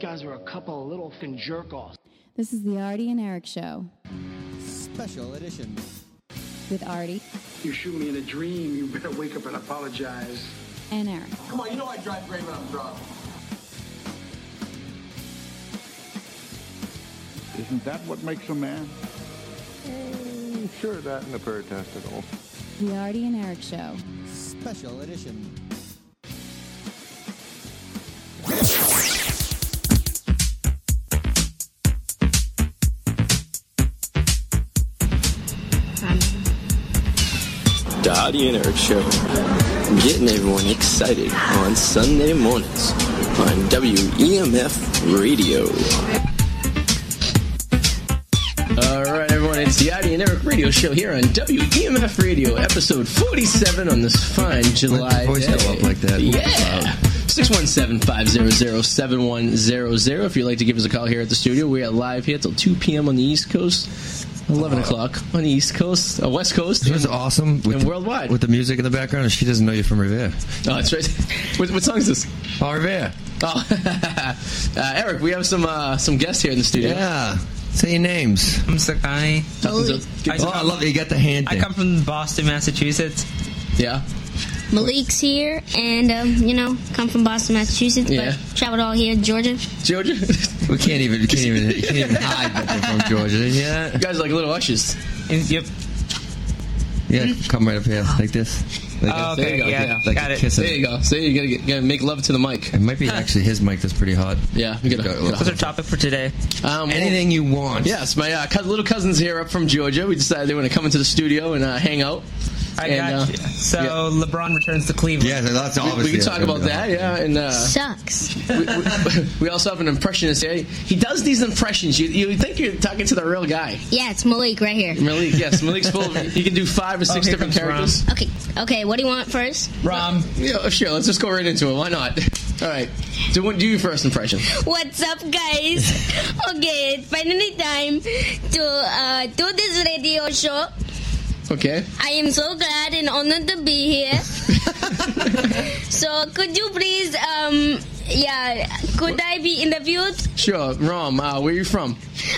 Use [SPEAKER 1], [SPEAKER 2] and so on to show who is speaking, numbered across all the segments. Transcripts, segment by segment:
[SPEAKER 1] guys are a couple of little fin jerk offs.
[SPEAKER 2] This is the Artie and Eric Show
[SPEAKER 3] Special edition.
[SPEAKER 2] with Artie
[SPEAKER 1] You shoot me in a dream, you better wake up and apologize.
[SPEAKER 2] and Eric.
[SPEAKER 4] Come on, you know I drive great when I'm drunk.
[SPEAKER 5] Isn't that what makes a man?
[SPEAKER 6] Sure, that and a pair of testicles.
[SPEAKER 2] The Artie and Eric Show.
[SPEAKER 3] Special edition.
[SPEAKER 7] Dottie and Eric Show. Getting everyone excited on Sunday mornings on WEMF Radio. All right, everyone, it's the Dottie and Eric Radio Show here on WEMF Radio, episode 47 on this fine July
[SPEAKER 6] voice go
[SPEAKER 7] day.
[SPEAKER 6] up like that?
[SPEAKER 7] Yeah. 617-500-7100 if you'd like to give us a call here at the studio we are live here till 2 p.m on the east coast 11 o'clock on the east coast uh, west coast
[SPEAKER 6] It was awesome. With
[SPEAKER 7] And
[SPEAKER 6] the,
[SPEAKER 7] worldwide.
[SPEAKER 6] With the music in the background, and she doesn't know you from Revere.
[SPEAKER 7] Oh, that's right. What, what song is this?
[SPEAKER 6] Oh, Revere.
[SPEAKER 7] Oh, uh, Eric, we have some uh, some guests here in the studio.
[SPEAKER 6] Yeah. Say your names.
[SPEAKER 8] I'm Sakai.
[SPEAKER 7] Hello.
[SPEAKER 8] I
[SPEAKER 6] Oh, I love that you got the hand
[SPEAKER 8] I
[SPEAKER 6] thing.
[SPEAKER 8] come from Boston, Massachusetts.
[SPEAKER 7] Yeah.
[SPEAKER 9] Malik's here, and um, you know, come from Boston, Massachusetts,
[SPEAKER 7] Yeah.
[SPEAKER 9] but traveled all here, Georgia.
[SPEAKER 7] Georgia, you
[SPEAKER 6] we can't even, we can't even, we can't even hide that we're from Georgia. Yeah.
[SPEAKER 7] guys are like little ushers.
[SPEAKER 8] In- Yep.
[SPEAKER 6] Yeah. Come right up here, like this. Like
[SPEAKER 8] Oh,
[SPEAKER 6] this.
[SPEAKER 7] There
[SPEAKER 8] okay,
[SPEAKER 7] you go,
[SPEAKER 8] yeah,
[SPEAKER 7] yeah.
[SPEAKER 6] Like
[SPEAKER 8] got
[SPEAKER 6] a
[SPEAKER 8] it.
[SPEAKER 6] kiss.
[SPEAKER 7] There you go. So you gotta, get, gotta make love to the mic.
[SPEAKER 6] It might be actually his mic that's pretty hot.
[SPEAKER 7] Yeah, we gotta-
[SPEAKER 6] Go-
[SPEAKER 8] What's our topic for today?
[SPEAKER 7] Um,
[SPEAKER 6] Anything you want.
[SPEAKER 7] Yes, my uh, cou- little cousins here up from Georgia. We decided they want to come into the studio and uh, hang out.
[SPEAKER 8] I
[SPEAKER 7] and,
[SPEAKER 8] got you.
[SPEAKER 7] uh,
[SPEAKER 8] So LeBron returns to Cleveland.
[SPEAKER 6] Yeah, that's
[SPEAKER 7] we,
[SPEAKER 6] obviously.
[SPEAKER 7] we can talk
[SPEAKER 6] that's gonna
[SPEAKER 7] about
[SPEAKER 6] be
[SPEAKER 7] that. Yeah, and uh,
[SPEAKER 9] Sucks.
[SPEAKER 7] we, we- we also have an impressionist here. He does these impressions. You you think you're talking to the real guy,
[SPEAKER 9] Yeah, it's Malik right here.
[SPEAKER 7] Malik? Yes, Malik's full. Of, he can do five or six
[SPEAKER 8] Oh, here
[SPEAKER 7] different
[SPEAKER 8] comes Ron.
[SPEAKER 7] characters.
[SPEAKER 9] Okay, okay, what do you want first?
[SPEAKER 8] Rom.
[SPEAKER 7] Yeah, sure. Let's just go right into it. Why not? All right. Do what? Do your first impression.
[SPEAKER 9] What's up, guys? okay, it's finally time to uh, do this radio show.
[SPEAKER 7] Okay.
[SPEAKER 9] I am so glad and honored to be here. so, could you please, um, yeah, could I be interviewed?
[SPEAKER 7] Sure. Rom, uh, where are you from?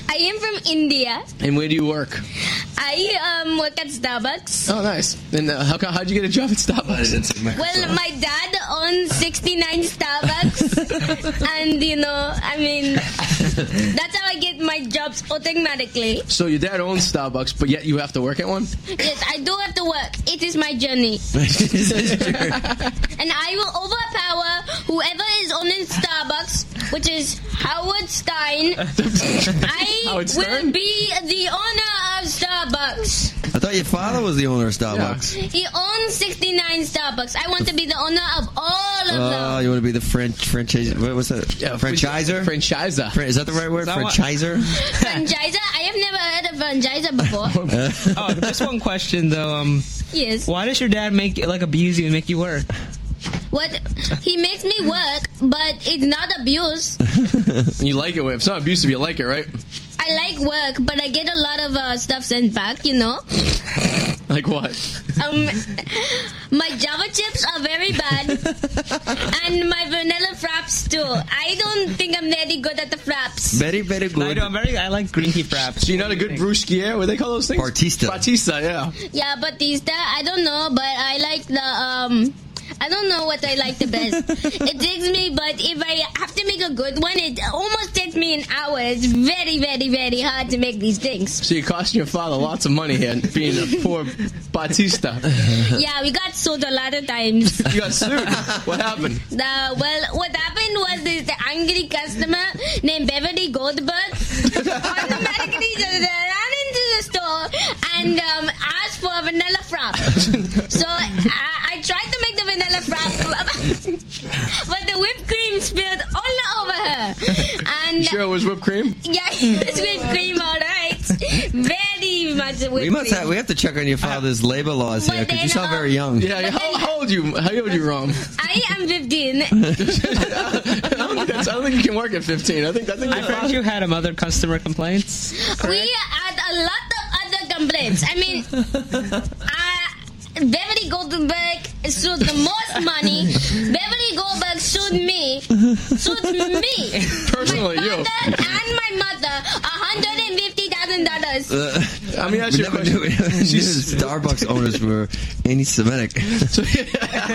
[SPEAKER 9] I am from India.
[SPEAKER 7] And where do you work?
[SPEAKER 9] I um, work at Starbucks.
[SPEAKER 7] Oh, nice. And uh, how co- how'd you get a job at Starbucks?
[SPEAKER 9] Well, my dad owns 69 Starbucks, and you know, I mean, that's how I get my jobs automatically.
[SPEAKER 7] So your dad owns Starbucks, but yet you have to work at one.
[SPEAKER 9] Yes, I do have to work. It is my journey, and I will overpower whoever is owning Starbucks, which is Howard Stein. I
[SPEAKER 7] Howard Stern?
[SPEAKER 9] will be the owner of Starbucks.
[SPEAKER 6] hot. I thought your father was the owner of Starbucks.
[SPEAKER 9] He owns 69 Starbucks. I want to be the owner of all of them.
[SPEAKER 6] Oh, you want to be the French franchise? What was that? Franchiser.
[SPEAKER 7] Franchiser.
[SPEAKER 6] Fran- Is that the right word?
[SPEAKER 8] that what-
[SPEAKER 6] Franchiser.
[SPEAKER 9] Franchiser? I have never heard of franchiser before.
[SPEAKER 8] Oh, just one question though. Um,
[SPEAKER 9] yes.
[SPEAKER 8] why does your dad make like abuse you and make you work?
[SPEAKER 9] What? He makes me work, but it's not abuse.
[SPEAKER 7] You like it when it's not abusive. You like it, right?
[SPEAKER 9] I like work, but I get a lot of uh, stuff sent back, you know?
[SPEAKER 7] Like what?
[SPEAKER 9] Um, my Java chips are very bad, and my vanilla fraps too. I don't think I'm very good at the fraps.
[SPEAKER 6] Very, very
[SPEAKER 8] I
[SPEAKER 6] good.
[SPEAKER 8] do. I'm very. I like green tea fraps.
[SPEAKER 7] So you're not a good brewskier. What do they call those things?
[SPEAKER 6] Bartista.
[SPEAKER 7] Bartista. Yeah.
[SPEAKER 9] Yeah, Batista, I don't know, but I like the, um, I don't know what I like the best. it takes me, but if I have to make a good one, it almost takes me an hour. It's very, very, very hard to make these things.
[SPEAKER 7] So you're costing your father lots of money here, being a poor Batista.
[SPEAKER 9] Yeah, we got sold a lot of times.
[SPEAKER 7] You got sued. What happened?
[SPEAKER 9] Uh, well, what happened was this angry customer named Beverly Goldberg automatically just ran into the store and um, asked for a vanilla frap. so I, I tried to make the vanilla frap, but the whipped cream spilled all over her. And
[SPEAKER 7] Sure, it was whipped cream.
[SPEAKER 9] yeah, it's whipped cream, all right. Very much whipped
[SPEAKER 6] We must
[SPEAKER 9] cream.
[SPEAKER 6] have. We have to check on your father's labor laws here
[SPEAKER 9] But
[SPEAKER 6] because
[SPEAKER 9] they
[SPEAKER 6] you sound
[SPEAKER 9] know-
[SPEAKER 6] very young.
[SPEAKER 7] Yeah. yeah. How, how old you? How old you, Rom?
[SPEAKER 9] I am 15.
[SPEAKER 7] I don't, think that's- I don't think you can work at 15. I think I think
[SPEAKER 8] I heard you had um, other customer complaints.
[SPEAKER 9] We had a lot of other complaints. I mean, I, uh, Beverly Goldberg sued the most money. Beverly Goldberg sued me. Sued me.
[SPEAKER 7] Personally,
[SPEAKER 9] my
[SPEAKER 7] you.
[SPEAKER 9] father and my mother, hundred and fifty thousand dollars.
[SPEAKER 7] Uh. I mean, that's
[SPEAKER 6] Uh, We
[SPEAKER 7] your
[SPEAKER 6] never knew,
[SPEAKER 7] question.
[SPEAKER 6] we never knew
[SPEAKER 7] She's-
[SPEAKER 6] Starbucks owners were anti-Semitic.
[SPEAKER 7] So,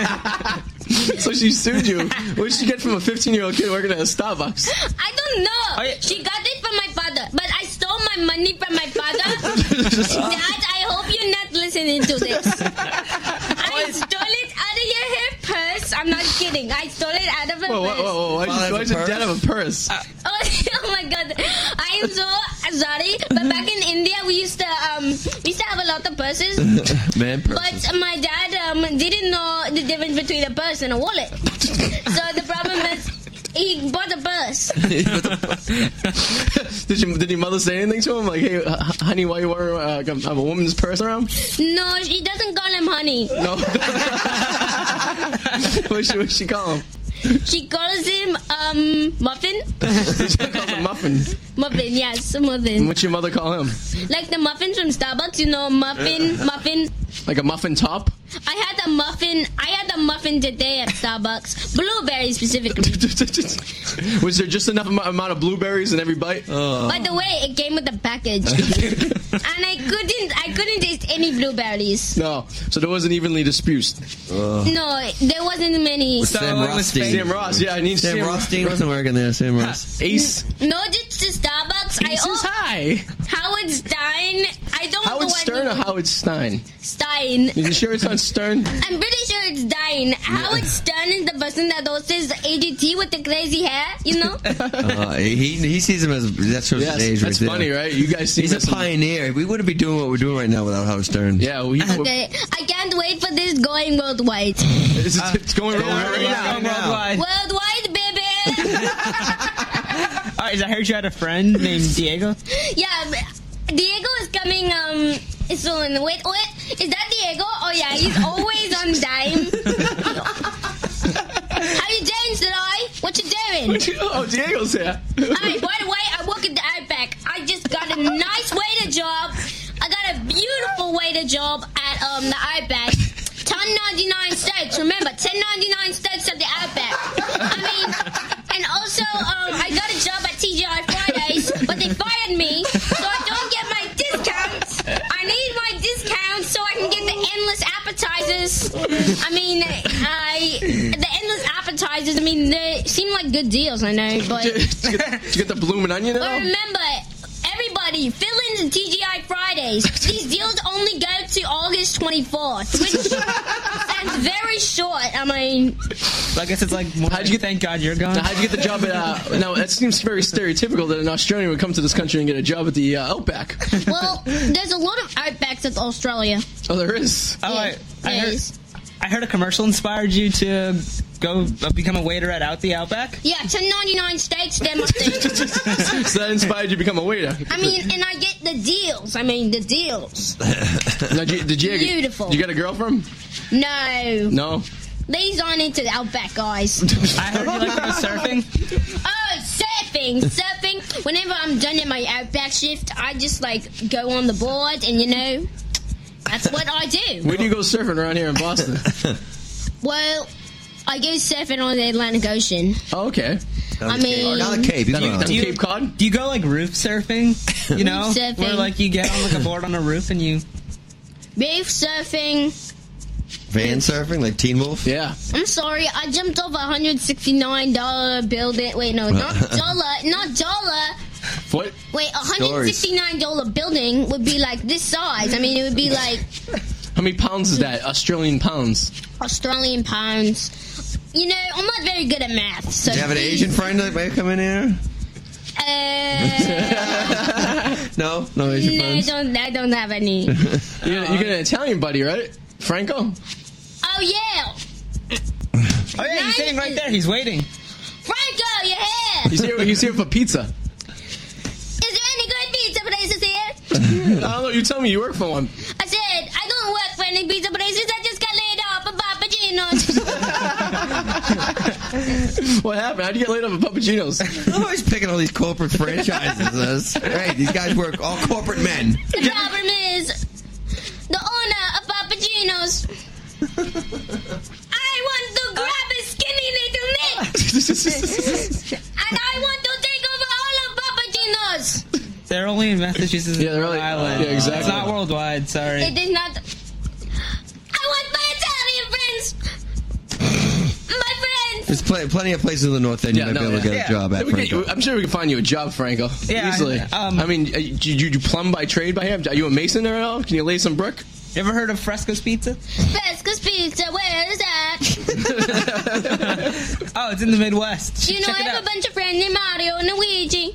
[SPEAKER 7] so she sued you. What did she get from a 15 year old kid working at a Starbucks?
[SPEAKER 9] I don't know.
[SPEAKER 8] Oh, yeah.
[SPEAKER 9] She got it from my father, but I stole my money from my father. Dad, I hope you're not listening to this. I stole it out of your hair purse. I'm not kidding. I stole it out of a
[SPEAKER 7] Whoa, whoa,
[SPEAKER 9] purse.
[SPEAKER 7] whoa, whoa. Why'd
[SPEAKER 6] Father has a
[SPEAKER 7] you, why'd you
[SPEAKER 6] purse?
[SPEAKER 7] dad have a purse?
[SPEAKER 9] Oh, oh my god. I am so sorry, but back in India we used to um we used to have a lot of purses,
[SPEAKER 6] Man, per-
[SPEAKER 9] but my dad um didn't know the difference between a purse and a wallet. so the problem is he bought a purse.
[SPEAKER 7] did, you, did your mother say anything to him? Like, hey, uh, honey, why you wearing uh, like a, a woman's purse around?
[SPEAKER 9] No, she doesn't call him honey.
[SPEAKER 7] No. what she, what she call him?
[SPEAKER 9] She calls him um muffin.
[SPEAKER 7] She calls him muffin.
[SPEAKER 9] Muffin, yes, muffin.
[SPEAKER 7] What's your mother call him?
[SPEAKER 9] Like the muffins from Starbucks, you know, muffin, muffin.
[SPEAKER 7] Like a muffin top?
[SPEAKER 9] I had a muffin. I had a muffin today at Starbucks, blueberry specifically.
[SPEAKER 7] Was there just enough amo- amount of blueberries in every bite?
[SPEAKER 6] Uh.
[SPEAKER 9] By the way, it came with a package, and I couldn't. I couldn't taste any blueberries.
[SPEAKER 7] no. So there wasn't evenly dispersed. Oh.
[SPEAKER 9] No, there wasn't many.
[SPEAKER 6] Sam
[SPEAKER 8] Starling was
[SPEAKER 6] Rothstein.
[SPEAKER 7] Sam Ross, yeah, I need
[SPEAKER 6] Sam
[SPEAKER 7] Sam,
[SPEAKER 6] Rothstein wasn't working there. Sam Ross.
[SPEAKER 7] Ace.
[SPEAKER 9] No, just to Starbucks. I
[SPEAKER 7] Ace is
[SPEAKER 9] owe
[SPEAKER 7] high.
[SPEAKER 9] Howard Stein. I don't know
[SPEAKER 7] Howard
[SPEAKER 9] what
[SPEAKER 7] Stern uh, or Howard Stein?
[SPEAKER 9] Stein.
[SPEAKER 7] Is you sure it's on Stern?
[SPEAKER 9] I'm pretty sure it's Dine. Howard Stern is the person that hosts ADT with the crazy hair, you know?
[SPEAKER 6] Uh, he he sees him as that shows his age.
[SPEAKER 7] that's
[SPEAKER 6] right
[SPEAKER 7] funny,
[SPEAKER 6] there.
[SPEAKER 7] right? You guys see
[SPEAKER 6] He's a pioneer. We wouldn't be doing what we're doing right now without Howard Stern.
[SPEAKER 7] Yeah, we,
[SPEAKER 9] Okay, I can't wait for this going worldwide.
[SPEAKER 7] it's, it's going
[SPEAKER 6] Uh,
[SPEAKER 7] wrong right
[SPEAKER 8] It's
[SPEAKER 7] now.
[SPEAKER 8] going worldwide.
[SPEAKER 9] Worldwide, baby!
[SPEAKER 8] All right, I heard you had a friend named Diego.
[SPEAKER 9] yeah, but Diego is coming um soon. Wait, wait, is that Diego? Oh yeah, he's always on time. How you doing, Roy? What you doing?
[SPEAKER 7] Oh, Diego's here.
[SPEAKER 9] I, by the way, I work at the Outback. I just got a nice waiter job. I got a beautiful waiter job at um the Outback. Ten ninety nine steaks. Remember, ten ninety nine steaks at the Outback. I mean, and also um, I got a job at TGI Fridays, but they fired me, so I don't get my discounts. I need my discounts so I can get the endless appetizers. I mean, I the endless appetizers. I mean, they seem like good deals. I know, but.
[SPEAKER 7] did, you get, did you get the blooming onion at
[SPEAKER 8] Oh,
[SPEAKER 9] But
[SPEAKER 7] all?
[SPEAKER 9] remember, everybody, fill in the TGI Fridays. These deals only go to August 24th, which sounds very short. I mean,
[SPEAKER 8] I guess it's like, how'd you thank God you're gone?
[SPEAKER 7] Now, how'd you get the job at, uh, now that seems very stereotypical that an Australian would come to this country and get a job at the uh, Outback.
[SPEAKER 9] well, there's a lot of outbacks at Australia.
[SPEAKER 7] Oh, there is.
[SPEAKER 8] Oh, I, I,
[SPEAKER 9] Yeah,
[SPEAKER 8] heard,
[SPEAKER 9] yes.
[SPEAKER 8] I heard a commercial inspired you to go uh, become a waiter at Out the Outback.
[SPEAKER 9] Yeah, 10.99 steaks, they're my thing.
[SPEAKER 7] So that inspired you to become a waiter.
[SPEAKER 9] I mean, and I get the deals. I mean, the deals.
[SPEAKER 7] Now, did you, did you,
[SPEAKER 9] Beautiful.
[SPEAKER 7] You got a girl from?
[SPEAKER 9] No,
[SPEAKER 7] No.
[SPEAKER 9] these aren't into the outback, guys.
[SPEAKER 8] I heard you like to go surfing.
[SPEAKER 9] Oh, surfing, surfing. Whenever I'm done in my outback shift, I just like go on the board, and you know, that's what I do.
[SPEAKER 7] Where do you go surfing around here in Boston?
[SPEAKER 9] Well, I go surfing on the Atlantic Ocean.
[SPEAKER 7] Oh, okay.
[SPEAKER 9] I mean,
[SPEAKER 6] Not a cape. He's
[SPEAKER 7] You,
[SPEAKER 6] not
[SPEAKER 7] down
[SPEAKER 6] on.
[SPEAKER 8] you-
[SPEAKER 7] Cape Cod?
[SPEAKER 8] Do you go like roof surfing? You know,
[SPEAKER 9] Roof surfing.
[SPEAKER 8] where like you get on like a board on a roof and you.
[SPEAKER 9] reef surfing.
[SPEAKER 6] Van surfing like Teen Wolf.
[SPEAKER 7] Yeah.
[SPEAKER 9] I'm sorry, I jumped off a hundred sixty nine dollar building. Wait, no, not dollar, not dollar.
[SPEAKER 7] What?
[SPEAKER 9] Wait, a hundred sixty nine dollar building would be like this size. I mean, it would be like
[SPEAKER 7] How many pounds is that? Australian pounds.
[SPEAKER 9] Australian pounds. You know, I'm not very good at math. So
[SPEAKER 6] Do you have an
[SPEAKER 9] please,
[SPEAKER 6] Asian friend that might come in here?
[SPEAKER 9] Uh,
[SPEAKER 6] No, no Asian
[SPEAKER 9] no, I
[SPEAKER 6] friends.
[SPEAKER 9] don't. I don't have any.
[SPEAKER 7] You, you got an Italian buddy, right? Franco?
[SPEAKER 9] Oh yeah,
[SPEAKER 8] Oh yeah, he's sitting right there. He's waiting.
[SPEAKER 9] Franco, you're here.
[SPEAKER 7] He's here, he's here for pizza.
[SPEAKER 9] Is there any good pizza places here?
[SPEAKER 7] I don't know. You tell me you work for one.
[SPEAKER 9] I said I don't work for any pizza places. I just got laid off at Papa Gino's.
[SPEAKER 7] What happened? How'd you get laid off at Papagino's?
[SPEAKER 6] I'm always picking all these corporate franchises. That's right. These guys work all corporate men.
[SPEAKER 9] the problem is the owner of Papa Thanos. I want to grab his skinny little neck, and I want to take over all of Papaginos.
[SPEAKER 8] They're only in Massachusetts
[SPEAKER 7] Yeah, they're only-
[SPEAKER 8] Island.
[SPEAKER 7] yeah, exactly.
[SPEAKER 8] It's not worldwide. Sorry.
[SPEAKER 9] It is not. I want my Italian friends. My friends.
[SPEAKER 6] There's pl- plenty of places in the north end you
[SPEAKER 7] Yeah,
[SPEAKER 6] might
[SPEAKER 7] no,
[SPEAKER 6] be able to
[SPEAKER 7] yeah.
[SPEAKER 6] get
[SPEAKER 8] Yeah.
[SPEAKER 6] a job at.
[SPEAKER 7] We could-
[SPEAKER 6] Franco.
[SPEAKER 7] I'm sure we can find you a job, Franco.
[SPEAKER 8] Yeah,
[SPEAKER 7] easily.
[SPEAKER 8] um,
[SPEAKER 7] I mean, uh, you, you, you plumb by trade by him. Are you a mason or all? Can you lay some brick?
[SPEAKER 8] You ever heard of Fresco's Pizza?
[SPEAKER 9] Fresco's Pizza, where is that?
[SPEAKER 8] Oh, it's in the Midwest.
[SPEAKER 9] You know,
[SPEAKER 8] Check
[SPEAKER 9] I
[SPEAKER 8] it
[SPEAKER 9] have
[SPEAKER 8] out.
[SPEAKER 9] a bunch of friends named Mario and Luigi.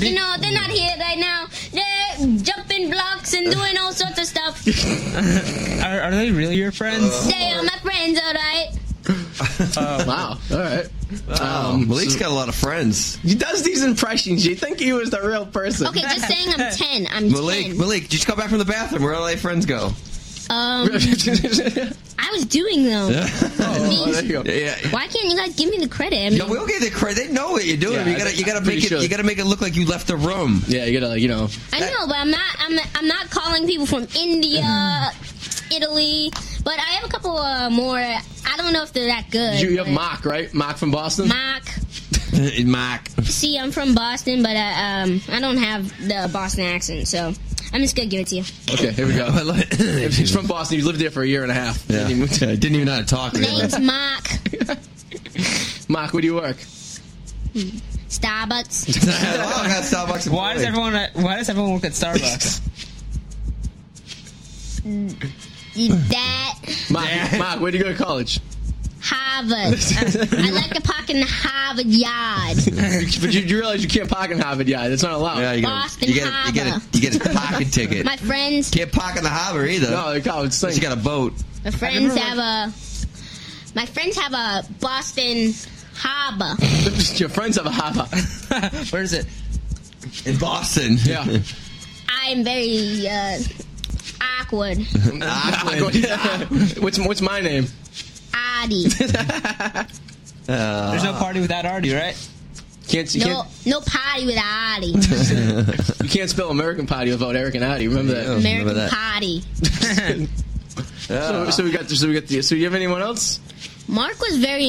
[SPEAKER 9] you know, they're not here right now. They're jumping blocks and doing all sorts of stuff.
[SPEAKER 8] Are, are they really your
[SPEAKER 7] Uh,
[SPEAKER 8] friends?
[SPEAKER 9] They are my friends, alright?
[SPEAKER 7] Wow. All right.
[SPEAKER 6] Um, Malik's got a lot of friends.
[SPEAKER 7] He does these impressions. You think he was the real person?
[SPEAKER 9] Okay, just saying I'm 10. I'm
[SPEAKER 6] Malik,
[SPEAKER 9] 10.
[SPEAKER 6] Malik, just come back from the bathroom. Where all my friends go?
[SPEAKER 9] Um, I was doing them.
[SPEAKER 7] oh, there you go.
[SPEAKER 6] Yeah, yeah.
[SPEAKER 9] Why can't you guys give me the credit? I mean,
[SPEAKER 6] Yeah, we'll get the credit. They know what you're doing.
[SPEAKER 7] Yeah,
[SPEAKER 6] you gotta, you gotta
[SPEAKER 7] I'm
[SPEAKER 6] make
[SPEAKER 7] pretty
[SPEAKER 6] it.
[SPEAKER 7] sure.
[SPEAKER 6] You gotta make it look like you left the room.
[SPEAKER 7] Yeah, you gotta, like, you know.
[SPEAKER 9] I know, but I'm not. I'm, I'm not calling people from India, Italy. But I have a couple uh, more. I don't know if they're that good.
[SPEAKER 7] You, you have
[SPEAKER 9] but-
[SPEAKER 7] Mock, right? Mock from Boston?
[SPEAKER 9] Mock.
[SPEAKER 6] Mark,
[SPEAKER 9] See, I'm from Boston, but I, um, I don't have the Boston accent, so I'm just gonna give it to you.
[SPEAKER 7] Okay, here we go.
[SPEAKER 6] I love it.
[SPEAKER 7] If He's from Boston. He lived there for a year and a half.
[SPEAKER 6] Yeah.
[SPEAKER 7] Then he moved
[SPEAKER 6] Yeah,
[SPEAKER 7] to-
[SPEAKER 6] didn't even know how to talk. really.
[SPEAKER 9] Name's Mark.
[SPEAKER 7] Mock, where do you work?
[SPEAKER 9] Starbucks.
[SPEAKER 6] Wow, I got Starbucks.
[SPEAKER 8] Why does
[SPEAKER 6] employee.
[SPEAKER 8] everyone at, Why does everyone work at Starbucks?
[SPEAKER 9] That
[SPEAKER 7] Mock, Mock, where do you go to college?
[SPEAKER 9] Harvard. Uh, I like to park in the Harvard Yard.
[SPEAKER 7] but you, you realize you can't pocket hop it. Yeah, that's not allowed.
[SPEAKER 6] Yeah, you get, a,
[SPEAKER 9] Oh, Boston
[SPEAKER 6] you, get a, you, get a,
[SPEAKER 9] Harbor.
[SPEAKER 6] you get a pocket ticket.
[SPEAKER 9] My friends,
[SPEAKER 6] Can't pocket the harbor either.
[SPEAKER 7] No, the college thing.
[SPEAKER 6] She got a boat.
[SPEAKER 9] my friends have a. My friends have a Boston Harbor.
[SPEAKER 7] Your friends have a hopper.
[SPEAKER 8] Where is it?
[SPEAKER 6] In Boston.
[SPEAKER 7] Yeah.
[SPEAKER 9] I'm very uh, awkward.
[SPEAKER 7] what's what's my name?
[SPEAKER 9] Oddy.
[SPEAKER 8] There's no party without Artie, right?
[SPEAKER 7] Can't you
[SPEAKER 9] No,
[SPEAKER 7] can't
[SPEAKER 9] no party with Oddy.
[SPEAKER 7] you can't spell American potty without Eric and Addie. Remember that.
[SPEAKER 6] Remember
[SPEAKER 9] American
[SPEAKER 6] that.
[SPEAKER 9] party.
[SPEAKER 7] So, so we got so we got the so you have anyone else?
[SPEAKER 9] Mark was very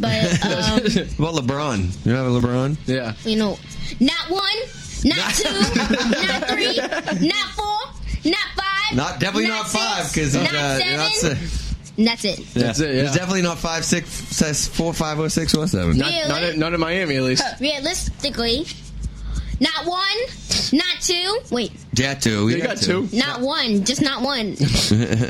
[SPEAKER 9] but um,
[SPEAKER 6] Well, LeBron. You have a LeBron?
[SPEAKER 7] Yeah.
[SPEAKER 9] you know, not one, not two, not three, not four, not five.
[SPEAKER 6] Not definitely not,
[SPEAKER 9] six,
[SPEAKER 6] five because he's
[SPEAKER 9] not
[SPEAKER 6] uh,
[SPEAKER 9] seven.
[SPEAKER 6] not six.
[SPEAKER 9] And that's it.
[SPEAKER 7] That's it, yeah.
[SPEAKER 6] He's definitely not five, six, six, four, five, or six, or seven.
[SPEAKER 7] Not,
[SPEAKER 9] Really?
[SPEAKER 7] not, in, not in Miami at least.
[SPEAKER 9] Realistically, not one, not two. Wait,
[SPEAKER 6] Yeah, two.
[SPEAKER 7] You got two,
[SPEAKER 9] not one, just not one.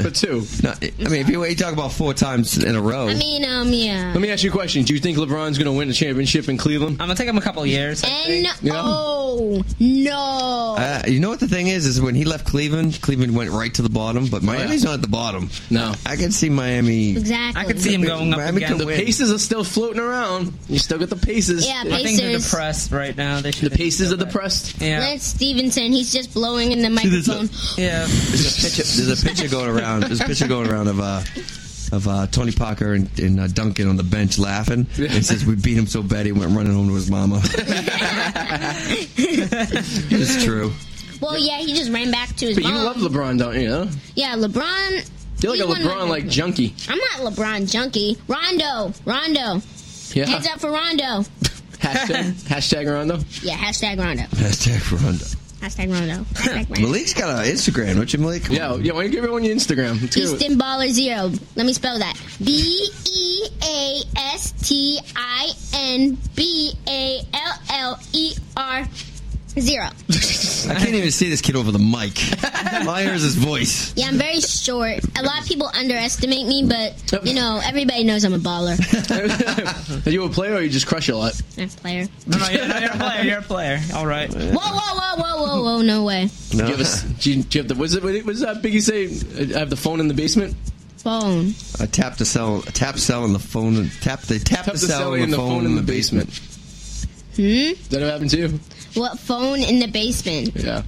[SPEAKER 7] but two.
[SPEAKER 6] No, I mean, if you, you talk about four times in a row,
[SPEAKER 9] I mean, um, yeah.
[SPEAKER 7] Let me ask you a question. Do you think LeBron's going to win a championship in Cleveland?
[SPEAKER 8] I'm gonna take him a couple of years. I
[SPEAKER 9] N
[SPEAKER 8] think.
[SPEAKER 9] O no.
[SPEAKER 6] uh, you know what the thing is? Is when he left Cleveland, Cleveland went right to the bottom,
[SPEAKER 9] Oh,
[SPEAKER 6] but Miami's not at the bottom.
[SPEAKER 7] No.
[SPEAKER 6] I can see Miami.
[SPEAKER 9] Exactly.
[SPEAKER 8] I could see him going up
[SPEAKER 6] Miami
[SPEAKER 8] again.
[SPEAKER 6] can
[SPEAKER 7] The
[SPEAKER 6] win.
[SPEAKER 7] paces are still floating around. You still got the paces.
[SPEAKER 9] Yeah,
[SPEAKER 8] I think they're
[SPEAKER 9] Pacers.
[SPEAKER 8] depressed right now. They
[SPEAKER 7] The paces are depressed.
[SPEAKER 8] Yeah.
[SPEAKER 9] Lance Stevenson, he's just blowing in the
[SPEAKER 6] this
[SPEAKER 9] microphone.
[SPEAKER 8] Yeah.
[SPEAKER 6] There's a picture, there's a picture going around. There's a picture going around of uh, of uh, Tony Parker and, and uh, Duncan on the bench laughing. It says we beat him so bad he went running home to his mama. it's true.
[SPEAKER 9] Well, yeah, he just ran back to his
[SPEAKER 7] But you
[SPEAKER 9] mom.
[SPEAKER 7] love LeBron, don't you? Huh?
[SPEAKER 9] yeah, LeBron.
[SPEAKER 7] You're like
[SPEAKER 9] he
[SPEAKER 7] a
[SPEAKER 9] won my-
[SPEAKER 7] LeBron like junkie.
[SPEAKER 9] I'm not LeBron junkie. Rondo, Rondo,
[SPEAKER 7] Yeah.
[SPEAKER 9] hands up for Rondo.
[SPEAKER 7] Hashtag, hashtag Rondo.
[SPEAKER 9] Yeah, hashtag Rondo.
[SPEAKER 6] Hashtag Rondo.
[SPEAKER 9] Hashtag Rondo. Hashtag Rondo.
[SPEAKER 6] Malik's got an Instagram, don't you, Malik?
[SPEAKER 7] Yeah, yeah. Why don't you give everyone your Instagram? Let's give it-
[SPEAKER 9] Easton Baller Zero. Let me spell that. B E A S T I N B A L L E R Zero.
[SPEAKER 6] I can't even see this kid over the mic. All I hear is his voice.
[SPEAKER 9] Yeah, I'm very short. A lot of people underestimate me, but you know, everybody knows I'm a baller.
[SPEAKER 7] Are you a player or you just crush a lot?
[SPEAKER 9] I'm a player.
[SPEAKER 8] No, no, you're, no, you're a player. You're a player. All right.
[SPEAKER 9] Whoa, whoa, whoa, whoa, whoa, whoa! No way.
[SPEAKER 7] Do you have, a s do you, do you have the? Was it? Was that Biggie say? I have the phone in the basement.
[SPEAKER 9] Phone.
[SPEAKER 6] I tapped the cell, I tapped cell on the phone, and tapped the tap,
[SPEAKER 7] Tap
[SPEAKER 6] the cell on the,
[SPEAKER 7] in
[SPEAKER 6] phone in the basement.
[SPEAKER 9] Hmm?
[SPEAKER 7] That ever happened to you?
[SPEAKER 9] What phone in the basement?
[SPEAKER 7] Yeah.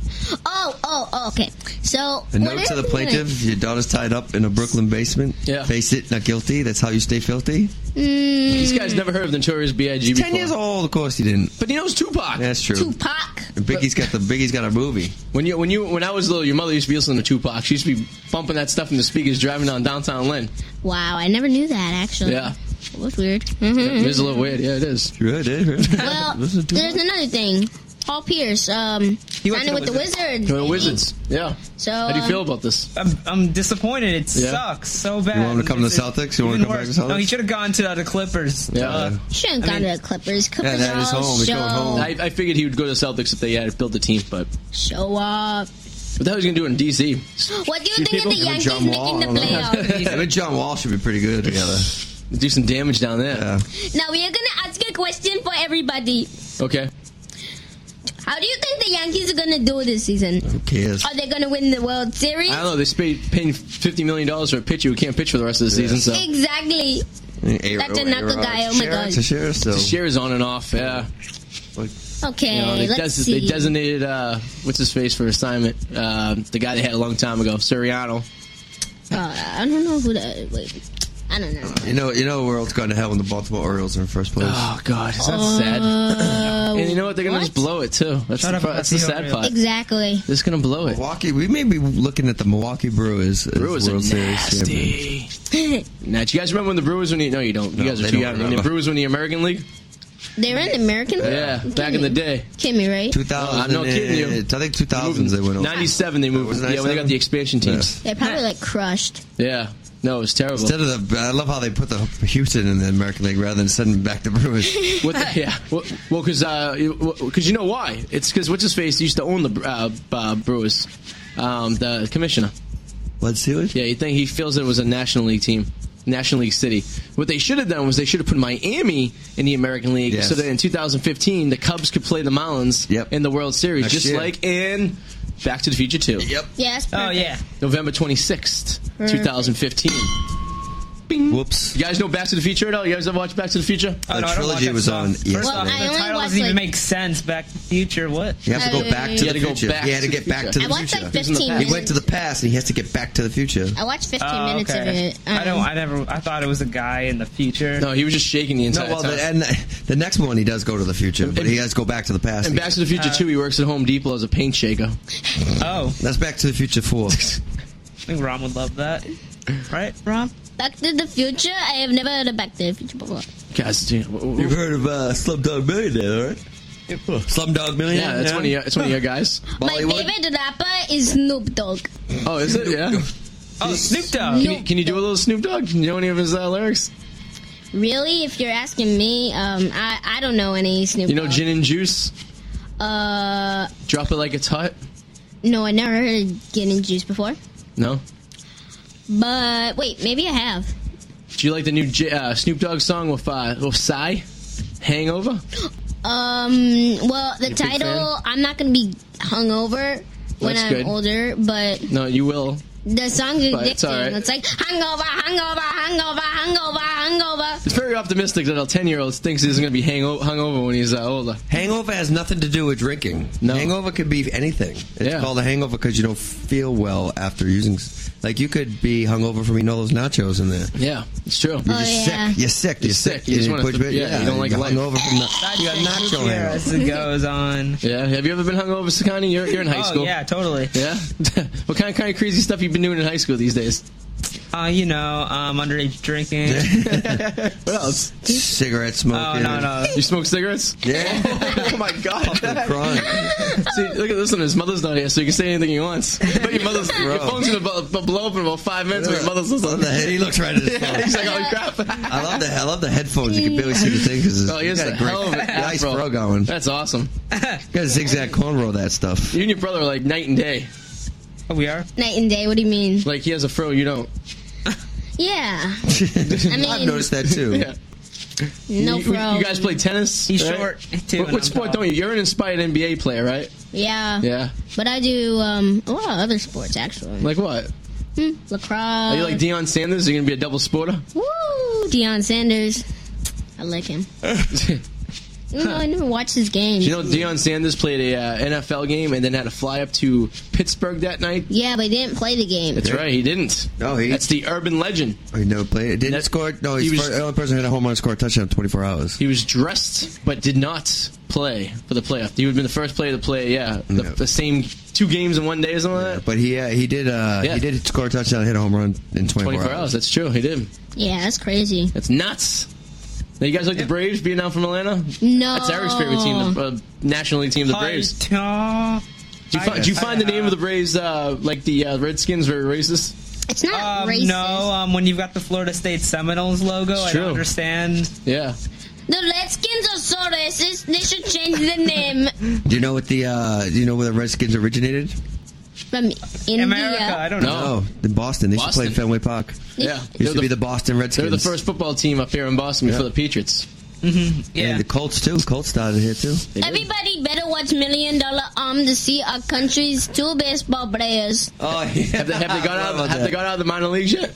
[SPEAKER 9] Oh, oh, oh okay. So
[SPEAKER 6] A
[SPEAKER 9] what
[SPEAKER 6] note to the
[SPEAKER 9] happened
[SPEAKER 6] plaintiff: Your daughter's tied up in a Brooklyn basement.
[SPEAKER 7] Yeah.
[SPEAKER 6] Face it, not guilty. That's how you stay filthy.
[SPEAKER 9] when- Mm,
[SPEAKER 7] This guy's never heard of Notorious B.I.G. before.
[SPEAKER 6] Ten years old, of course he didn't.
[SPEAKER 7] But he knows Tupac.
[SPEAKER 6] That's true.
[SPEAKER 9] Tupac.
[SPEAKER 6] And Biggie's got the Biggie's got a movie.
[SPEAKER 7] When you when you when I was little, your mother used to be listening to Tupac. She used to be bumping that stuff in the speakers driving down downtown Lynn.
[SPEAKER 9] Wow, I never knew that actually.
[SPEAKER 7] Yeah. Mm-hmm.
[SPEAKER 9] It was weird. hmm
[SPEAKER 6] Mm-hmm.
[SPEAKER 7] It is a little weird. Yeah, it is.
[SPEAKER 6] Sure did.
[SPEAKER 9] Well,
[SPEAKER 6] Listen to
[SPEAKER 9] there's
[SPEAKER 6] it.
[SPEAKER 9] another thing. Paul Pierce, um,
[SPEAKER 8] went
[SPEAKER 9] signed
[SPEAKER 8] to
[SPEAKER 9] with
[SPEAKER 8] the
[SPEAKER 9] the Wizards.
[SPEAKER 7] Going
[SPEAKER 9] baby.
[SPEAKER 7] Wizards. Yeah.
[SPEAKER 9] So
[SPEAKER 7] How do you
[SPEAKER 9] um,
[SPEAKER 7] feel about this?
[SPEAKER 8] I'm, I'm disappointed. It
[SPEAKER 7] Yeah.
[SPEAKER 8] sucks so bad.
[SPEAKER 6] You want him to come to the
[SPEAKER 8] It's-
[SPEAKER 6] Celtics? You want him to come
[SPEAKER 8] even
[SPEAKER 6] back to
[SPEAKER 8] worse.
[SPEAKER 6] the Celtics?
[SPEAKER 8] No, he should have gone to uh, the Clippers.
[SPEAKER 7] Yeah.
[SPEAKER 8] Uh,
[SPEAKER 9] Shouldn't
[SPEAKER 8] I
[SPEAKER 9] gone
[SPEAKER 8] mean-
[SPEAKER 9] to the Clippers. Clippers
[SPEAKER 6] that
[SPEAKER 9] are
[SPEAKER 6] is
[SPEAKER 9] all
[SPEAKER 6] home. He's
[SPEAKER 9] show,
[SPEAKER 6] going home.
[SPEAKER 7] I, I figured he would go to Celtics if they had built a team, but
[SPEAKER 9] show off.
[SPEAKER 7] but that was gonna do in D.C.
[SPEAKER 9] What do you
[SPEAKER 7] Few
[SPEAKER 9] think
[SPEAKER 7] people-
[SPEAKER 9] of the
[SPEAKER 6] Him and
[SPEAKER 9] Yankees
[SPEAKER 6] John Wall.
[SPEAKER 9] making the
[SPEAKER 6] I don't know.
[SPEAKER 9] playoffs?
[SPEAKER 6] Him and John Wall should be pretty good together.
[SPEAKER 7] Do some damage down there.
[SPEAKER 6] Yeah.
[SPEAKER 9] now we are gonna ask a question for everybody.
[SPEAKER 7] Okay.
[SPEAKER 9] How do you think the Yankees are gonna do this season?
[SPEAKER 6] Who cares?
[SPEAKER 9] Are they gonna win the World Series?
[SPEAKER 7] I don't know. They paid paying fifty million dollars for a pitcher who can't pitch for the rest of the season. So
[SPEAKER 9] Exactly. That's a knuckle guy, oh my God.
[SPEAKER 6] To share, so
[SPEAKER 7] the share is on and off. Yeah.
[SPEAKER 9] Okay,
[SPEAKER 7] You know, they,
[SPEAKER 9] let's
[SPEAKER 7] des-
[SPEAKER 9] see.
[SPEAKER 7] they designated uh, what's his face for assignment. Uh, the guy they had a long time ago, Soriano.
[SPEAKER 9] Uh, I don't know who that. Wait, I don't know.
[SPEAKER 6] you know, you know, where else gone to hell when the Baltimore Orioles are in first place.
[SPEAKER 7] Oh God, is that sad?
[SPEAKER 9] Uh,
[SPEAKER 7] And you know what? They're gonna
[SPEAKER 9] what?
[SPEAKER 7] just blow it too. That's
[SPEAKER 8] Shut
[SPEAKER 7] the, part-
[SPEAKER 8] up about
[SPEAKER 7] that's the
[SPEAKER 8] the
[SPEAKER 7] sad
[SPEAKER 8] Orioles.
[SPEAKER 7] part.
[SPEAKER 9] Exactly.
[SPEAKER 7] They're just gonna blow it.
[SPEAKER 6] Milwaukee, we may be looking at the Milwaukee Brewers. as
[SPEAKER 7] Brewers
[SPEAKER 6] World
[SPEAKER 7] are
[SPEAKER 6] Series champions.
[SPEAKER 7] nasty. Now, do you guys remember when the Brewers were? in the- No, you don't. You
[SPEAKER 6] No,
[SPEAKER 7] guys are
[SPEAKER 6] they
[SPEAKER 7] too
[SPEAKER 6] don't
[SPEAKER 7] young. When the
[SPEAKER 6] remember.
[SPEAKER 7] Brewers were in the American League.
[SPEAKER 9] They're in the American. League?
[SPEAKER 7] Yeah,
[SPEAKER 9] You
[SPEAKER 7] back in
[SPEAKER 9] kidding
[SPEAKER 7] the
[SPEAKER 9] me?
[SPEAKER 7] day.
[SPEAKER 9] Kidding me, right?
[SPEAKER 6] 2000.
[SPEAKER 7] I'm not kidding you.
[SPEAKER 6] and- I think 2000s they went over.
[SPEAKER 7] Ninety-seven. They moved.
[SPEAKER 6] Was it
[SPEAKER 7] Yeah, when they
[SPEAKER 6] 97?
[SPEAKER 7] got the expansion teams.
[SPEAKER 9] They're probably like crushed.
[SPEAKER 7] Yeah. No, it was terrible.
[SPEAKER 6] Instead of the, I love how they put the Houston in the American League rather than sending back the Brewers.
[SPEAKER 7] What the, yeah. Well, because you know why? It's because what's his face used to own the uh, uh, Brewers, um, the commissioner.
[SPEAKER 6] Let's see what.
[SPEAKER 7] Yeah, you think he feels it was a National League team, National League City. What they should have done was they should have put Miami in the American League,
[SPEAKER 6] Yes.
[SPEAKER 7] so that in 2015 the Cubs could play the Marlins
[SPEAKER 6] Yep.
[SPEAKER 7] in the World Series,
[SPEAKER 6] Next
[SPEAKER 7] just
[SPEAKER 6] year.
[SPEAKER 7] like in Back to the Future Two,
[SPEAKER 6] Yep.
[SPEAKER 9] Yes.
[SPEAKER 8] oh yeah.
[SPEAKER 7] November 26th,
[SPEAKER 9] Perfect.
[SPEAKER 7] 2015.
[SPEAKER 6] Whoops.
[SPEAKER 7] You guys know Back to the Future at all? You guys ever watch Back to the Future?
[SPEAKER 6] The
[SPEAKER 8] Oh, no, I don't
[SPEAKER 6] trilogy
[SPEAKER 8] watch that
[SPEAKER 6] was
[SPEAKER 8] stuff.
[SPEAKER 6] on ESPN.
[SPEAKER 8] First off,
[SPEAKER 9] Well, I
[SPEAKER 8] the
[SPEAKER 9] only
[SPEAKER 8] title
[SPEAKER 9] watched,
[SPEAKER 8] doesn't even
[SPEAKER 9] like-
[SPEAKER 8] make sense. Back to the Future. What?
[SPEAKER 6] You have to go
[SPEAKER 9] Uh,
[SPEAKER 6] back to
[SPEAKER 9] you
[SPEAKER 7] had
[SPEAKER 6] the
[SPEAKER 7] to go
[SPEAKER 6] future.
[SPEAKER 7] back
[SPEAKER 6] He had to
[SPEAKER 7] to
[SPEAKER 6] get
[SPEAKER 7] the
[SPEAKER 6] back
[SPEAKER 7] future.
[SPEAKER 6] to
[SPEAKER 9] I
[SPEAKER 6] the
[SPEAKER 9] watched
[SPEAKER 6] future.
[SPEAKER 9] like 15
[SPEAKER 7] past.
[SPEAKER 6] He
[SPEAKER 9] minutes.
[SPEAKER 6] went to the past and he has to get back to the future.
[SPEAKER 9] I watched 15
[SPEAKER 8] Oh,
[SPEAKER 9] minutes
[SPEAKER 8] okay.
[SPEAKER 9] of it. Um,
[SPEAKER 8] I don't. I never. I thought it was a guy in the future.
[SPEAKER 7] No, he was just shaking the
[SPEAKER 6] No,
[SPEAKER 7] entire
[SPEAKER 6] well,
[SPEAKER 7] time.
[SPEAKER 6] the, and the next one he does go to the future, but he has to go back to the past.
[SPEAKER 7] and Back to the Future 2, he works at Home Depot as a paint shaker.
[SPEAKER 8] Oh,
[SPEAKER 6] That's Back to the Future Four.
[SPEAKER 8] I think Ron would love that. Right, Ron?
[SPEAKER 9] Back to the Future. I have never heard of Back to the Future before.
[SPEAKER 7] Guys, dude, wh- wh-
[SPEAKER 6] You've heard of uh, Slumdog Millionaire, right? Slumdog Millionaire.
[SPEAKER 7] yeah, that's one of your, that's one of your guys.
[SPEAKER 9] My
[SPEAKER 6] Bollywood.
[SPEAKER 9] favorite rapper is Snoop Dogg.
[SPEAKER 7] Oh, is it? Yeah.
[SPEAKER 8] Oh, Snoop Dogg.
[SPEAKER 7] Can you, can you do a little Snoop Dogg? Do you know any of his uh, lyrics?
[SPEAKER 9] Really, if you're asking me, um, I I don't know any Snoop.
[SPEAKER 7] You know
[SPEAKER 9] Dogg.
[SPEAKER 7] Gin and Juice?
[SPEAKER 9] Uh,
[SPEAKER 7] Drop it like it's hot?
[SPEAKER 9] no, I never heard of Getting Juice before.
[SPEAKER 7] No?
[SPEAKER 9] But wait, maybe I have.
[SPEAKER 7] Do you like the new J- uh, Snoop Dogg song with, uh, with Psy? Hangover?
[SPEAKER 9] Um, well, the
[SPEAKER 7] You a big
[SPEAKER 9] title
[SPEAKER 7] fan?
[SPEAKER 9] I'm not gonna be hungover when
[SPEAKER 7] That's
[SPEAKER 9] I'm
[SPEAKER 7] good.
[SPEAKER 9] older, but
[SPEAKER 7] No, you will.
[SPEAKER 9] the song's addicting.
[SPEAKER 7] But it's alright.
[SPEAKER 9] It's like hungover, hungover, hungover, hungover, hungover.
[SPEAKER 7] It's very optimistic that a 10 year old thinks he's going to be hango- hungover when he's uh, older.
[SPEAKER 6] Hangover has nothing to do with drinking.
[SPEAKER 7] No.
[SPEAKER 6] Hangover could be anything. It's
[SPEAKER 7] Yeah.
[SPEAKER 6] called a hangover because you don't feel well after using. s- Like you could be hungover from eating all those nachos in there.
[SPEAKER 7] Yeah, it's true.
[SPEAKER 9] Oh, yeah.
[SPEAKER 6] Sick. You're sick. You're, sick.
[SPEAKER 7] sick. You just wanna-
[SPEAKER 6] push it.
[SPEAKER 7] yeah, you don't like
[SPEAKER 6] you're
[SPEAKER 7] life.
[SPEAKER 6] hungover from the. You got nacho
[SPEAKER 8] Yeah,
[SPEAKER 6] hangover.
[SPEAKER 8] as it goes on.
[SPEAKER 7] Yeah. Have you ever been hungover, Sakani? You're, you're in high
[SPEAKER 8] oh
[SPEAKER 7] school.
[SPEAKER 8] yeah, totally.
[SPEAKER 7] Yeah? what kind of, kind of crazy stuff you been doing in high school these days?
[SPEAKER 8] Uh, you know, um, underage drinking.
[SPEAKER 7] What else?
[SPEAKER 6] Cigarette smoking.
[SPEAKER 8] oh no, no.
[SPEAKER 7] You smoke cigarettes?
[SPEAKER 6] Yeah.
[SPEAKER 7] oh my god.
[SPEAKER 6] Crying.
[SPEAKER 7] See, look at this one. His mother's not here, so you can say anything he wants. But your mother's your
[SPEAKER 6] Bro.
[SPEAKER 7] phone's gonna bu- bu- blow up in about five minutes when your mother's
[SPEAKER 6] Love
[SPEAKER 7] listening.
[SPEAKER 6] the head. He looks right at his phone.
[SPEAKER 7] He's like, oh crap.
[SPEAKER 6] I love the I love the headphones. You can barely see the thing because
[SPEAKER 7] Oh, he has
[SPEAKER 6] got
[SPEAKER 7] a
[SPEAKER 6] a great,
[SPEAKER 7] hell of an
[SPEAKER 6] nice
[SPEAKER 7] afro.
[SPEAKER 6] fro going. You
[SPEAKER 7] That's awesome.
[SPEAKER 6] got a zigzag cornrow that stuff.
[SPEAKER 7] You and your brother are like night and day.
[SPEAKER 8] Oh, we are.
[SPEAKER 9] Night and day. What do you mean?
[SPEAKER 7] Like he has a fro, you don't.
[SPEAKER 9] Yeah,
[SPEAKER 6] I
[SPEAKER 9] mean-
[SPEAKER 6] have noticed that too.
[SPEAKER 7] Yeah.
[SPEAKER 9] no
[SPEAKER 7] you,
[SPEAKER 9] pro.
[SPEAKER 7] you guys play tennis.
[SPEAKER 8] He's
[SPEAKER 7] right?
[SPEAKER 8] short too.
[SPEAKER 7] What,
[SPEAKER 8] and I'm
[SPEAKER 7] what sport
[SPEAKER 8] tall.
[SPEAKER 7] don't you? You're an inspired NBA player, right?
[SPEAKER 9] yeah.
[SPEAKER 7] Yeah.
[SPEAKER 9] but I do um a lot of other sports actually.
[SPEAKER 7] Like what?
[SPEAKER 9] Hmm, lacrosse.
[SPEAKER 7] Are you like
[SPEAKER 8] Uh,
[SPEAKER 7] Deion Sanders? Are you gonna be a double sporter?
[SPEAKER 9] Woo, Deion Sanders. I like him. No, I never watched his game.
[SPEAKER 7] You know, Deion Sanders played a uh, NFL game and then had to fly up to Pittsburgh that night.
[SPEAKER 9] yeah, but he didn't play the game.
[SPEAKER 7] That's right, he didn't.
[SPEAKER 6] No, he-
[SPEAKER 7] That's the urban legend.
[SPEAKER 6] Oh, He never played. Didn't
[SPEAKER 7] That-
[SPEAKER 6] score. No,
[SPEAKER 7] he
[SPEAKER 6] he's
[SPEAKER 7] was-
[SPEAKER 6] fir- the only person who hit a home run and scored a touchdown in 24 hours.
[SPEAKER 7] He was dressed but did not play for the playoff. He would have been the first player to play. Yeah, the,
[SPEAKER 6] Yeah.
[SPEAKER 7] the same two games in one day or something like that.
[SPEAKER 6] but he uh, he did uh,
[SPEAKER 7] Yeah.
[SPEAKER 6] he did score a touchdown, and hit a home run in 24,
[SPEAKER 7] 24 hours.
[SPEAKER 6] hours.
[SPEAKER 7] That's true. He did.
[SPEAKER 9] Yeah, that's crazy.
[SPEAKER 7] That's nuts. Now you guys like the Braves being down from Atlanta?
[SPEAKER 9] No.
[SPEAKER 7] That's Eric's favorite team, the uh, National League team, the Braves.
[SPEAKER 8] Hi,
[SPEAKER 7] Did you, fi- did you find the name of the Braves uh, like the uh, Redskins very racist?
[SPEAKER 9] It's not
[SPEAKER 8] Um,
[SPEAKER 9] racist.
[SPEAKER 8] no, um, when you've got the Florida State Seminoles logo, I
[SPEAKER 7] true.
[SPEAKER 8] don't understand.
[SPEAKER 7] Yeah.
[SPEAKER 9] The Redskins are so racist. They should change the name
[SPEAKER 6] Do you know what the uh, do you know where the Redskins originated?
[SPEAKER 9] from India.
[SPEAKER 8] America, I don't know.
[SPEAKER 7] No.
[SPEAKER 6] in Oh, Boston. They
[SPEAKER 7] Boston.
[SPEAKER 6] should play Fenway Park.
[SPEAKER 7] Yeah.
[SPEAKER 6] Used
[SPEAKER 7] They're
[SPEAKER 6] to be
[SPEAKER 7] the,
[SPEAKER 6] the Boston
[SPEAKER 7] they're
[SPEAKER 6] Redskins.
[SPEAKER 7] the first football team up here in Boston before
[SPEAKER 6] Yeah.
[SPEAKER 7] the Patriots.
[SPEAKER 8] Yeah.
[SPEAKER 6] And the Colts too. Colts started here too.
[SPEAKER 9] Everybody better watch Million Dollar Arm to see our country's two baseball players.
[SPEAKER 6] Oh,
[SPEAKER 7] Have they, have they got out? Have they got out of the minor leagues yet?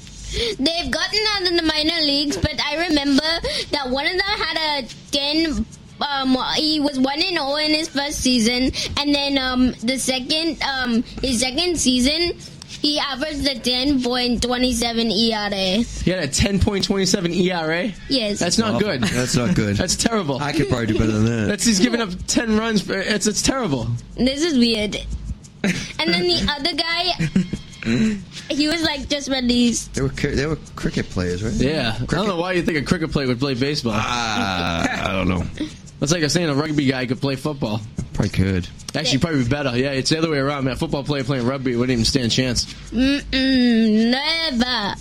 [SPEAKER 9] They've gotten out of the minor leagues, but I remember that one of them had a 10. Um, he was one and zero in his first season, and then um, the second um, his second season, he averaged a ten point twenty seven E ERA.
[SPEAKER 7] He had a 10.27 ERA.
[SPEAKER 9] Yes,
[SPEAKER 7] E That's not good.
[SPEAKER 6] That's not good.
[SPEAKER 7] That's terrible.
[SPEAKER 6] I could probably do better than that.
[SPEAKER 7] That's he's giving up 10 runs. It's it's terrible.
[SPEAKER 9] this is weird. and then the other guy, he was like just released.
[SPEAKER 6] they were cri- they were cricket players, right?
[SPEAKER 7] Yeah. I don't know why you think a cricket player would play baseball.
[SPEAKER 6] Ah, I don't know.
[SPEAKER 7] That's like saying a rugby guy could play football.
[SPEAKER 6] Probably could.
[SPEAKER 7] Actually, probably better. Yeah, it's the other way around. Man, a football player playing rugby wouldn't even stand a chance.
[SPEAKER 9] Mm-mm, never.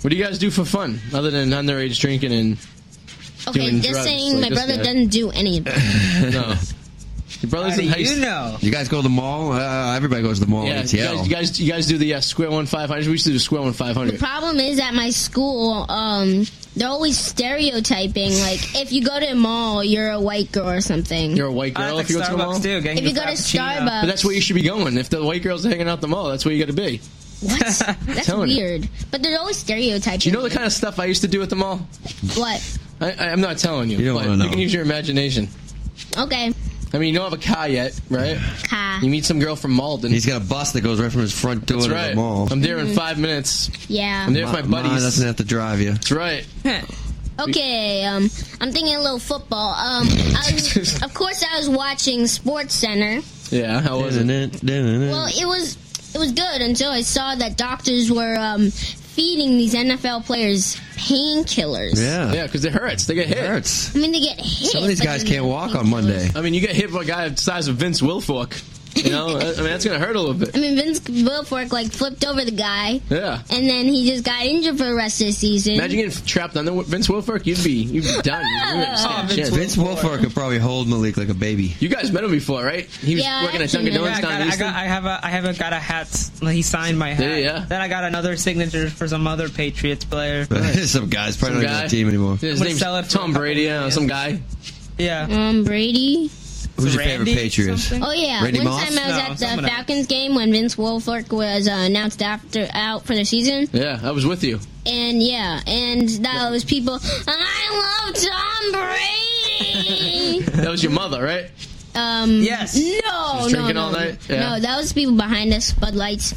[SPEAKER 7] What do you guys do for fun other than underage drinking and
[SPEAKER 9] Okay,
[SPEAKER 7] Doing
[SPEAKER 9] just
[SPEAKER 7] drugs
[SPEAKER 9] saying,
[SPEAKER 7] like
[SPEAKER 9] my
[SPEAKER 7] this
[SPEAKER 9] brother
[SPEAKER 7] guy.
[SPEAKER 9] doesn't do any of it.
[SPEAKER 7] no? Your brother's
[SPEAKER 8] How do
[SPEAKER 7] in high
[SPEAKER 8] you
[SPEAKER 7] school.
[SPEAKER 8] know?
[SPEAKER 6] You guys go to the mall. Uh, everybody goes to the mall.
[SPEAKER 7] Yeah,
[SPEAKER 6] in
[SPEAKER 7] you
[SPEAKER 6] ATL.
[SPEAKER 7] guys, you guys, you guys do the uh, square one five hundred. We used to do square one five
[SPEAKER 9] the
[SPEAKER 7] hundred.
[SPEAKER 9] problem is at my school, um, they're always stereotyping. Like, if you go to a mall, you're a white girl or something.
[SPEAKER 7] You're a white
[SPEAKER 8] Uh,
[SPEAKER 7] girl if
[SPEAKER 8] that's
[SPEAKER 7] you
[SPEAKER 8] like
[SPEAKER 7] go to the mall.
[SPEAKER 8] Starbucks too. Getting
[SPEAKER 9] if you
[SPEAKER 8] the
[SPEAKER 9] go to
[SPEAKER 8] Frappuccino.
[SPEAKER 9] Starbucks,
[SPEAKER 7] But that's where you should be going. If the white girls are hanging out at the mall, that's where you got to be.
[SPEAKER 9] What? That's
[SPEAKER 7] Telling you.
[SPEAKER 9] weird. But there's always stereotyping.
[SPEAKER 7] Do you know the kind of stuff I used to do at the mall?
[SPEAKER 9] what?
[SPEAKER 7] I, I, I'm not telling you.
[SPEAKER 6] You don't
[SPEAKER 7] but
[SPEAKER 6] wanna know.
[SPEAKER 7] You can use your imagination.
[SPEAKER 9] Okay,
[SPEAKER 7] I mean, you don't have a car yet, right?
[SPEAKER 9] Ka.
[SPEAKER 7] You meet some girl from Malden.
[SPEAKER 6] He's got a bus that goes right from his front door
[SPEAKER 7] that's
[SPEAKER 6] to
[SPEAKER 7] right.
[SPEAKER 6] the mall.
[SPEAKER 7] I'm there in five minutes.
[SPEAKER 9] Yeah.
[SPEAKER 7] I'm there with my
[SPEAKER 6] Ma- Ma
[SPEAKER 7] buddies.
[SPEAKER 6] doesn't have to drive you.
[SPEAKER 7] That's right.
[SPEAKER 9] Okay, um, I'm thinking a little football. Um, I was, of course, I was watching Sports Center.
[SPEAKER 7] Yeah, how was it?
[SPEAKER 9] Well, it was it was good until I saw that doctors were um, feeding these NFL players painkillers.
[SPEAKER 6] yeah.
[SPEAKER 7] Yeah, because it hurts. They get hit.
[SPEAKER 6] It hurts.
[SPEAKER 9] I mean, they get hit.
[SPEAKER 6] Some of these
[SPEAKER 9] but
[SPEAKER 6] guys
[SPEAKER 9] they
[SPEAKER 6] can't
[SPEAKER 9] get
[SPEAKER 6] walk on
[SPEAKER 9] painkillers.
[SPEAKER 6] Monday.
[SPEAKER 7] I mean, you get hit by a guy the size of Vince Wilfork. You know, I I mean, that's gonna hurt a little bit.
[SPEAKER 9] I mean, Vince Wilfork like flipped over the guy,
[SPEAKER 7] Yeah.
[SPEAKER 9] and then he just got injured for the rest of the season.
[SPEAKER 7] Imagine getting trapped under Vince Wilfork. You'd be you'd be done. You wouldn't stand a
[SPEAKER 8] Oh, Vince
[SPEAKER 7] chance.
[SPEAKER 8] Wil-
[SPEAKER 6] Vince Wilfork could probably hold Malik like a baby.
[SPEAKER 7] You guys met him before, right? He was
[SPEAKER 9] Yeah, I
[SPEAKER 7] working at
[SPEAKER 9] actually met
[SPEAKER 7] Dunkin' Donuts
[SPEAKER 8] Yeah, I,
[SPEAKER 7] down
[SPEAKER 8] got,
[SPEAKER 7] in
[SPEAKER 8] I,
[SPEAKER 7] Easton.
[SPEAKER 8] got, I have a I haven't got a hat. He signed my
[SPEAKER 7] Did
[SPEAKER 8] hat.
[SPEAKER 7] he? Yeah.
[SPEAKER 8] Then I got another signature for some other Patriots player.
[SPEAKER 6] Some guys probably
[SPEAKER 7] Some
[SPEAKER 6] not on
[SPEAKER 7] guy.
[SPEAKER 6] the team anymore.
[SPEAKER 7] His
[SPEAKER 8] Would
[SPEAKER 7] name's
[SPEAKER 8] sell it for
[SPEAKER 7] Tom
[SPEAKER 8] a couple
[SPEAKER 7] Brady, uh,
[SPEAKER 8] million.
[SPEAKER 7] some guy.
[SPEAKER 8] Yeah.
[SPEAKER 9] um, Brady.
[SPEAKER 6] Who's your
[SPEAKER 8] Randy
[SPEAKER 6] favorite Patriots?
[SPEAKER 8] something?
[SPEAKER 9] Oh yeah,
[SPEAKER 6] Randy
[SPEAKER 9] one
[SPEAKER 6] Moss?
[SPEAKER 9] time I was
[SPEAKER 8] No,
[SPEAKER 9] at the
[SPEAKER 8] someone else.
[SPEAKER 9] Falcons game when Vince Wilfork was uh, announced after out for the season.
[SPEAKER 7] Yeah, I was with you.
[SPEAKER 9] And yeah, and that was people. I love Tom Brady.
[SPEAKER 7] That was your mother, right?
[SPEAKER 9] um,
[SPEAKER 8] Yes.
[SPEAKER 9] No.
[SPEAKER 7] Just
[SPEAKER 9] no,
[SPEAKER 7] drinking
[SPEAKER 9] no,
[SPEAKER 7] all night?
[SPEAKER 9] No,
[SPEAKER 7] Yeah.
[SPEAKER 9] No, that was people behind us. Bud Lights.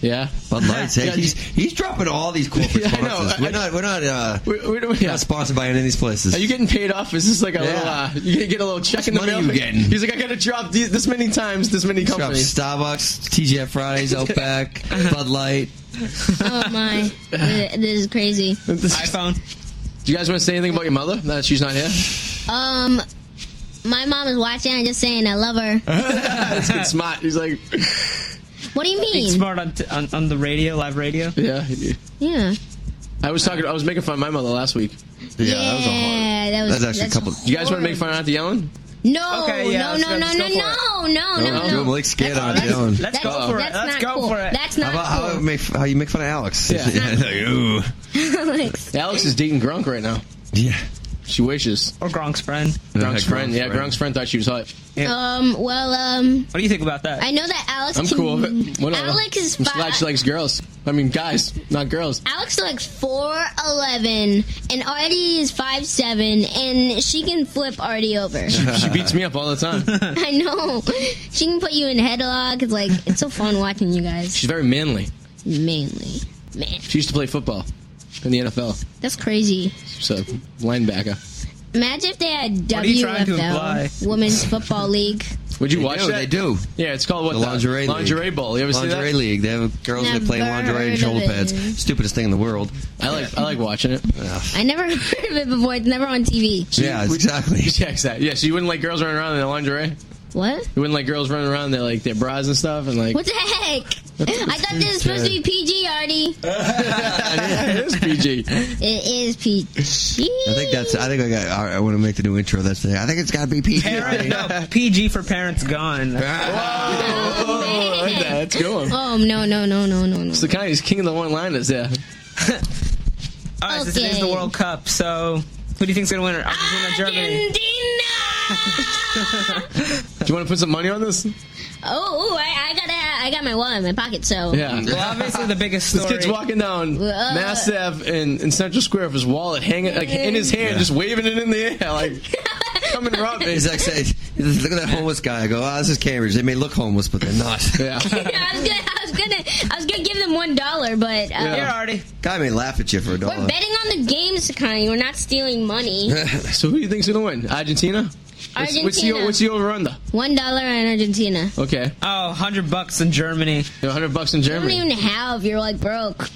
[SPEAKER 7] Yeah.
[SPEAKER 6] Bud Lights. Hey,
[SPEAKER 7] Yeah,
[SPEAKER 6] he's, he's dropping all these corporate
[SPEAKER 7] Yeah, I know.
[SPEAKER 6] sponsors.
[SPEAKER 7] I-
[SPEAKER 6] we're not. We're not. Uh,
[SPEAKER 7] We, we, don't-
[SPEAKER 6] we're
[SPEAKER 7] yeah.
[SPEAKER 6] not sponsored by any of these places.
[SPEAKER 7] Are you getting paid off? Is this like
[SPEAKER 6] Yeah.
[SPEAKER 7] a little? Uh, you gonna get a little check in the
[SPEAKER 6] money
[SPEAKER 7] mail?
[SPEAKER 6] you getting?
[SPEAKER 7] He's like, I gotta drop these, this many times, this many
[SPEAKER 6] Drop
[SPEAKER 7] companies.
[SPEAKER 6] Starbucks, TGF Fridays, Outback,
[SPEAKER 7] Uh-huh.
[SPEAKER 6] Bud Light.
[SPEAKER 9] Oh my, this is crazy.
[SPEAKER 8] iPhone.
[SPEAKER 7] Do you guys want to say anything about your mother? Now that she's not here,
[SPEAKER 9] Um, my mom is watching. I'm just saying, I love her.
[SPEAKER 7] that's good smart. He's like,
[SPEAKER 9] What do you
[SPEAKER 8] Being
[SPEAKER 9] mean?
[SPEAKER 8] smart on, t- on on the radio, live radio.
[SPEAKER 7] yeah.
[SPEAKER 9] Yeah.
[SPEAKER 7] I was talking. I was making fun of my mother last week.
[SPEAKER 6] Yeah,
[SPEAKER 9] Yeah,
[SPEAKER 6] that was a hard.
[SPEAKER 9] that was,
[SPEAKER 6] That's actually a couple-
[SPEAKER 7] Do you guys want to make fun of Auntie Ellen?
[SPEAKER 9] No,
[SPEAKER 8] Okay, yeah,
[SPEAKER 9] no,
[SPEAKER 8] let's
[SPEAKER 9] no,
[SPEAKER 8] go-
[SPEAKER 9] no,
[SPEAKER 8] let's
[SPEAKER 9] no,
[SPEAKER 8] go
[SPEAKER 9] no,
[SPEAKER 8] for
[SPEAKER 9] no,
[SPEAKER 6] No,
[SPEAKER 9] no,
[SPEAKER 6] no,
[SPEAKER 9] no.
[SPEAKER 6] Blake's scared on
[SPEAKER 8] Let's,
[SPEAKER 6] his own.
[SPEAKER 8] let's
[SPEAKER 9] That's,
[SPEAKER 8] go for it.
[SPEAKER 9] that's
[SPEAKER 8] Let's
[SPEAKER 9] not
[SPEAKER 8] go
[SPEAKER 9] cool.
[SPEAKER 8] for it.
[SPEAKER 9] That's
[SPEAKER 6] How
[SPEAKER 9] not
[SPEAKER 6] about how, it make, how you make fun of Alex?
[SPEAKER 7] Yeah.
[SPEAKER 6] Like, ooh.
[SPEAKER 9] cool. Alex.
[SPEAKER 7] Alex is dating Gronk right now.
[SPEAKER 6] Yeah.
[SPEAKER 7] She wishes.
[SPEAKER 8] Or Gronk's friend.
[SPEAKER 7] Gronk's
[SPEAKER 6] Gronk's
[SPEAKER 7] friend. Yeah,
[SPEAKER 6] friend.
[SPEAKER 7] Gronk's friend thought she was hot.
[SPEAKER 9] Um. Well. Um.
[SPEAKER 8] What do you think about that?
[SPEAKER 9] I know that Alex.
[SPEAKER 7] I'm
[SPEAKER 9] can,
[SPEAKER 7] cool with it. Whatever.
[SPEAKER 9] Alex is
[SPEAKER 7] I'm
[SPEAKER 9] fine.
[SPEAKER 7] glad she likes girls. I mean, guys, not girls.
[SPEAKER 9] Alex is like four eleven, and Artie is five seven, and she can flip Artie over.
[SPEAKER 7] She beats me up all the time.
[SPEAKER 9] I know. She can put you in headlock. It's like it's so fun watching you guys.
[SPEAKER 7] She's very manly.
[SPEAKER 9] Mainly, man,
[SPEAKER 7] She used to play football in the NFL.
[SPEAKER 9] that's crazy.
[SPEAKER 7] So linebacker.
[SPEAKER 9] Imagine if they had
[SPEAKER 8] are you trying to imply?
[SPEAKER 9] WFL Women's Football League.
[SPEAKER 7] Would you
[SPEAKER 6] They
[SPEAKER 7] watch
[SPEAKER 6] do,
[SPEAKER 7] that?
[SPEAKER 6] they do.
[SPEAKER 7] Yeah, it's called what?
[SPEAKER 6] The lingerie
[SPEAKER 7] lingerie
[SPEAKER 6] league.
[SPEAKER 7] bowl. You ever
[SPEAKER 6] lingerie
[SPEAKER 7] see
[SPEAKER 6] league. They have girls that play in
[SPEAKER 9] Never
[SPEAKER 6] lingerie and
[SPEAKER 9] heard of
[SPEAKER 6] shoulder pads.
[SPEAKER 9] it.
[SPEAKER 6] Stupidest thing in the world.
[SPEAKER 7] that? I like I like watching it.
[SPEAKER 9] I never heard of it before. It's never on TV.
[SPEAKER 6] yeah, exactly.
[SPEAKER 7] Yeah, exactly. Yeah, so you wouldn't like girls running around in their lingerie. You
[SPEAKER 9] What?
[SPEAKER 7] wouldn't like girls running around in their like their bras and stuff and like.
[SPEAKER 9] What the heck? I thought this was supposed to be PG, Artie.
[SPEAKER 7] yeah, it is PG.
[SPEAKER 9] It is PG.
[SPEAKER 6] I think that's. I think I got. all right, I want to make the new intro. That's. The, I think it's got to be PG.
[SPEAKER 8] Parent,
[SPEAKER 6] right?
[SPEAKER 8] no, PG for parents gone.
[SPEAKER 7] Oh, I like that. That's a good one.
[SPEAKER 9] Oh no no no no no no.
[SPEAKER 7] It's the kind of he's king of the one liners. Yeah.
[SPEAKER 8] All right, so this is
[SPEAKER 9] Okay.
[SPEAKER 8] the World Cup. So, who do you think's gonna win? it? Argentina, Germany.
[SPEAKER 9] Argentina!
[SPEAKER 7] Do you want to put some money on this?
[SPEAKER 9] oh, ooh, I, I got I got my wallet in my pocket, so
[SPEAKER 7] Yeah.
[SPEAKER 8] Well, obviously the biggest
[SPEAKER 7] This
[SPEAKER 8] story.
[SPEAKER 7] kid's walking down
[SPEAKER 9] Uh.
[SPEAKER 7] Mass Ave in, in Central Square with his wallet hanging like in his hand, just waving it in the air, like coming rob me.
[SPEAKER 6] It's like say, look at that homeless guy. I go, oh, this is Cambridge. They may look homeless, but they're not.
[SPEAKER 7] Yeah.
[SPEAKER 9] I was gonna I was gonna I was gonna give them one dollar, but uh,
[SPEAKER 8] Here, Artie.
[SPEAKER 6] Guy may laugh at you for a
[SPEAKER 9] we're
[SPEAKER 6] dollar.
[SPEAKER 9] betting on the games, Sakani. We're not stealing money.
[SPEAKER 7] So who do you think's gonna win? Argentina. What's- What's the
[SPEAKER 9] Argentina.
[SPEAKER 7] what's the over under?
[SPEAKER 9] One dollar on Argentina.
[SPEAKER 7] Okay,
[SPEAKER 8] Oh, 100 bucks in Germany.
[SPEAKER 7] hundred bucks in
[SPEAKER 9] I don't
[SPEAKER 7] Germany.
[SPEAKER 9] even have. You're like broke.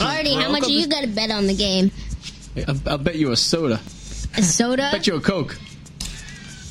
[SPEAKER 9] Artie, how much are you gonna bet on the game?
[SPEAKER 7] I'll, I'll bet you a soda.
[SPEAKER 9] A soda?
[SPEAKER 7] Bet you a Coke.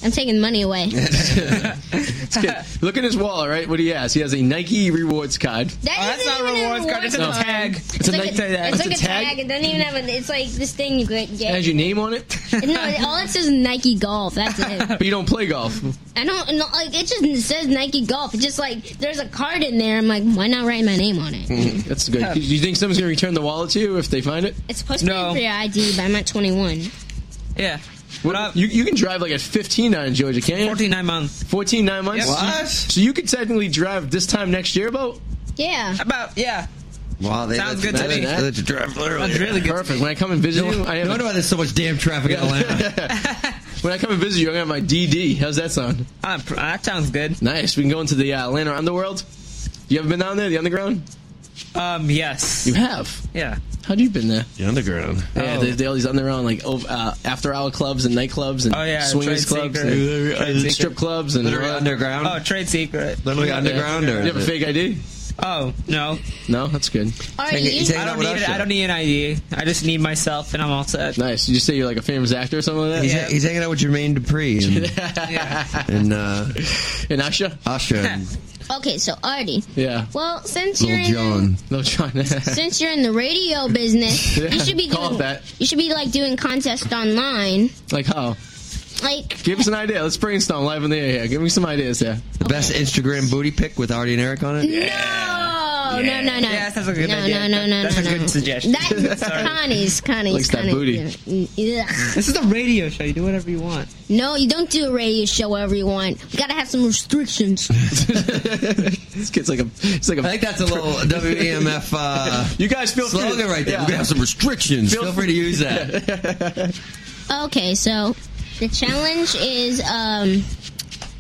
[SPEAKER 9] I'm taking money away.
[SPEAKER 7] This kid- Look at his wallet, right? What do he has? He has a Nike rewards card.
[SPEAKER 9] That
[SPEAKER 8] Oh, that's
[SPEAKER 9] isn't
[SPEAKER 8] not a
[SPEAKER 9] even
[SPEAKER 8] rewards card. It's a
[SPEAKER 7] rewards
[SPEAKER 8] tag.
[SPEAKER 7] It's a
[SPEAKER 9] It's like
[SPEAKER 7] Nike.
[SPEAKER 9] a,
[SPEAKER 7] It's
[SPEAKER 9] it's like
[SPEAKER 7] a
[SPEAKER 9] a
[SPEAKER 7] tag?
[SPEAKER 9] tag. It doesn't even have a. It's like this thing you get.
[SPEAKER 7] It has your name on it,
[SPEAKER 9] no, all it says is Nike Golf. That's it.
[SPEAKER 7] but you don't play golf.
[SPEAKER 9] I don't no, like. It just says Nike Golf. It's just like there's a card in there. I'm like, why not write my name on
[SPEAKER 7] Hmm.
[SPEAKER 9] it?
[SPEAKER 7] Mm, That's good. Do you think someone's gonna return the wallet to you if they find it?
[SPEAKER 9] It's supposed to
[SPEAKER 8] No.
[SPEAKER 9] be for your ID, but I'm at 21.
[SPEAKER 8] Yeah. What up?
[SPEAKER 7] You, you can drive like at 15 now in Georgia, can't you?
[SPEAKER 8] 14, nine months.
[SPEAKER 7] 14, nine months. Mm-hmm.
[SPEAKER 8] Yep. What?
[SPEAKER 7] So you could technically drive this time next year, about
[SPEAKER 9] Yeah.
[SPEAKER 8] About, yeah.
[SPEAKER 6] Wow, they
[SPEAKER 8] Sounds
[SPEAKER 6] let you-
[SPEAKER 8] good to
[SPEAKER 6] they
[SPEAKER 8] me.
[SPEAKER 6] let you- they let you drive literally.
[SPEAKER 8] That's really good.
[SPEAKER 7] perfect. When I come and visit you, I
[SPEAKER 6] No
[SPEAKER 7] have,
[SPEAKER 6] wonder why there's so much damn traffic in Atlanta.
[SPEAKER 7] when I come and visit you, I'm gonna have my DD. How's that sound?
[SPEAKER 8] Ah, pr- that sounds good.
[SPEAKER 7] Nice. We can go into the uh, Atlanta underworld. You ever been down there, the underground?
[SPEAKER 8] Um, yes.
[SPEAKER 7] You have. Oh,
[SPEAKER 8] Yeah. Oh.
[SPEAKER 7] How'd you been there?
[SPEAKER 6] The underground.
[SPEAKER 7] Yeah, they, they all these underground like ov- uh, after hour clubs and nightclubs and
[SPEAKER 8] Oh, yeah,
[SPEAKER 7] swingers
[SPEAKER 8] trade
[SPEAKER 7] clubs,
[SPEAKER 8] secret.
[SPEAKER 7] and
[SPEAKER 6] Trade secret.
[SPEAKER 7] strip clubs, and
[SPEAKER 6] Literally underground.
[SPEAKER 8] Oh, trade secret.
[SPEAKER 6] literally
[SPEAKER 7] Yeah.
[SPEAKER 6] underground. Or
[SPEAKER 7] You have a fake ID?
[SPEAKER 8] Oh, no.
[SPEAKER 7] No, that's good.
[SPEAKER 9] Are
[SPEAKER 6] Take it-
[SPEAKER 9] you?
[SPEAKER 6] take- Hanging
[SPEAKER 8] I
[SPEAKER 6] out
[SPEAKER 8] don't
[SPEAKER 6] with
[SPEAKER 8] need
[SPEAKER 6] us,
[SPEAKER 8] it. I
[SPEAKER 6] yeah.
[SPEAKER 8] don't need an ID. I just need myself, and I'm all set.
[SPEAKER 7] Nice. You just say you're like a famous actor or something like that.
[SPEAKER 6] He's, he's hanging out with Jermaine Dupree and, and uh,
[SPEAKER 7] And Usher.
[SPEAKER 6] Usher and
[SPEAKER 9] Okay, so Artie.
[SPEAKER 7] Yeah.
[SPEAKER 9] Well, since you're
[SPEAKER 6] Little
[SPEAKER 9] in the,
[SPEAKER 6] John.
[SPEAKER 7] No, John.
[SPEAKER 9] since you're in the radio business, you should be
[SPEAKER 7] Call it
[SPEAKER 9] doing
[SPEAKER 7] that.
[SPEAKER 9] You should be like doing contests online,
[SPEAKER 7] like how?
[SPEAKER 9] like.
[SPEAKER 7] Give us an idea. Let's brainstorm live in the air here. Give me some ideas there.
[SPEAKER 6] The best Instagram booty pic with Artie and Eric on it.
[SPEAKER 9] No, no, no, no.
[SPEAKER 8] Yeah, that sounds like a good
[SPEAKER 9] no,
[SPEAKER 8] idea.
[SPEAKER 9] No, no, no,
[SPEAKER 8] That's
[SPEAKER 9] no,
[SPEAKER 8] a
[SPEAKER 9] no.
[SPEAKER 8] good suggestion.
[SPEAKER 9] That's
[SPEAKER 8] Sorry.
[SPEAKER 9] Connie's, Connie's,
[SPEAKER 7] Looks that
[SPEAKER 9] Connie's.
[SPEAKER 7] booty.
[SPEAKER 9] Yeah. Ugh.
[SPEAKER 8] This is a radio show. You do whatever you want.
[SPEAKER 9] No, you don't do a radio show wherever you want. We gotta have some restrictions.
[SPEAKER 7] this kid's like a. It's like a.
[SPEAKER 6] I think that's a little WEMF uh,
[SPEAKER 7] you guys feel free. to-
[SPEAKER 6] slogan right there.
[SPEAKER 7] Yeah.
[SPEAKER 6] We're gonna have some restrictions. Feel, free to use that.
[SPEAKER 9] Okay, so the challenge is um,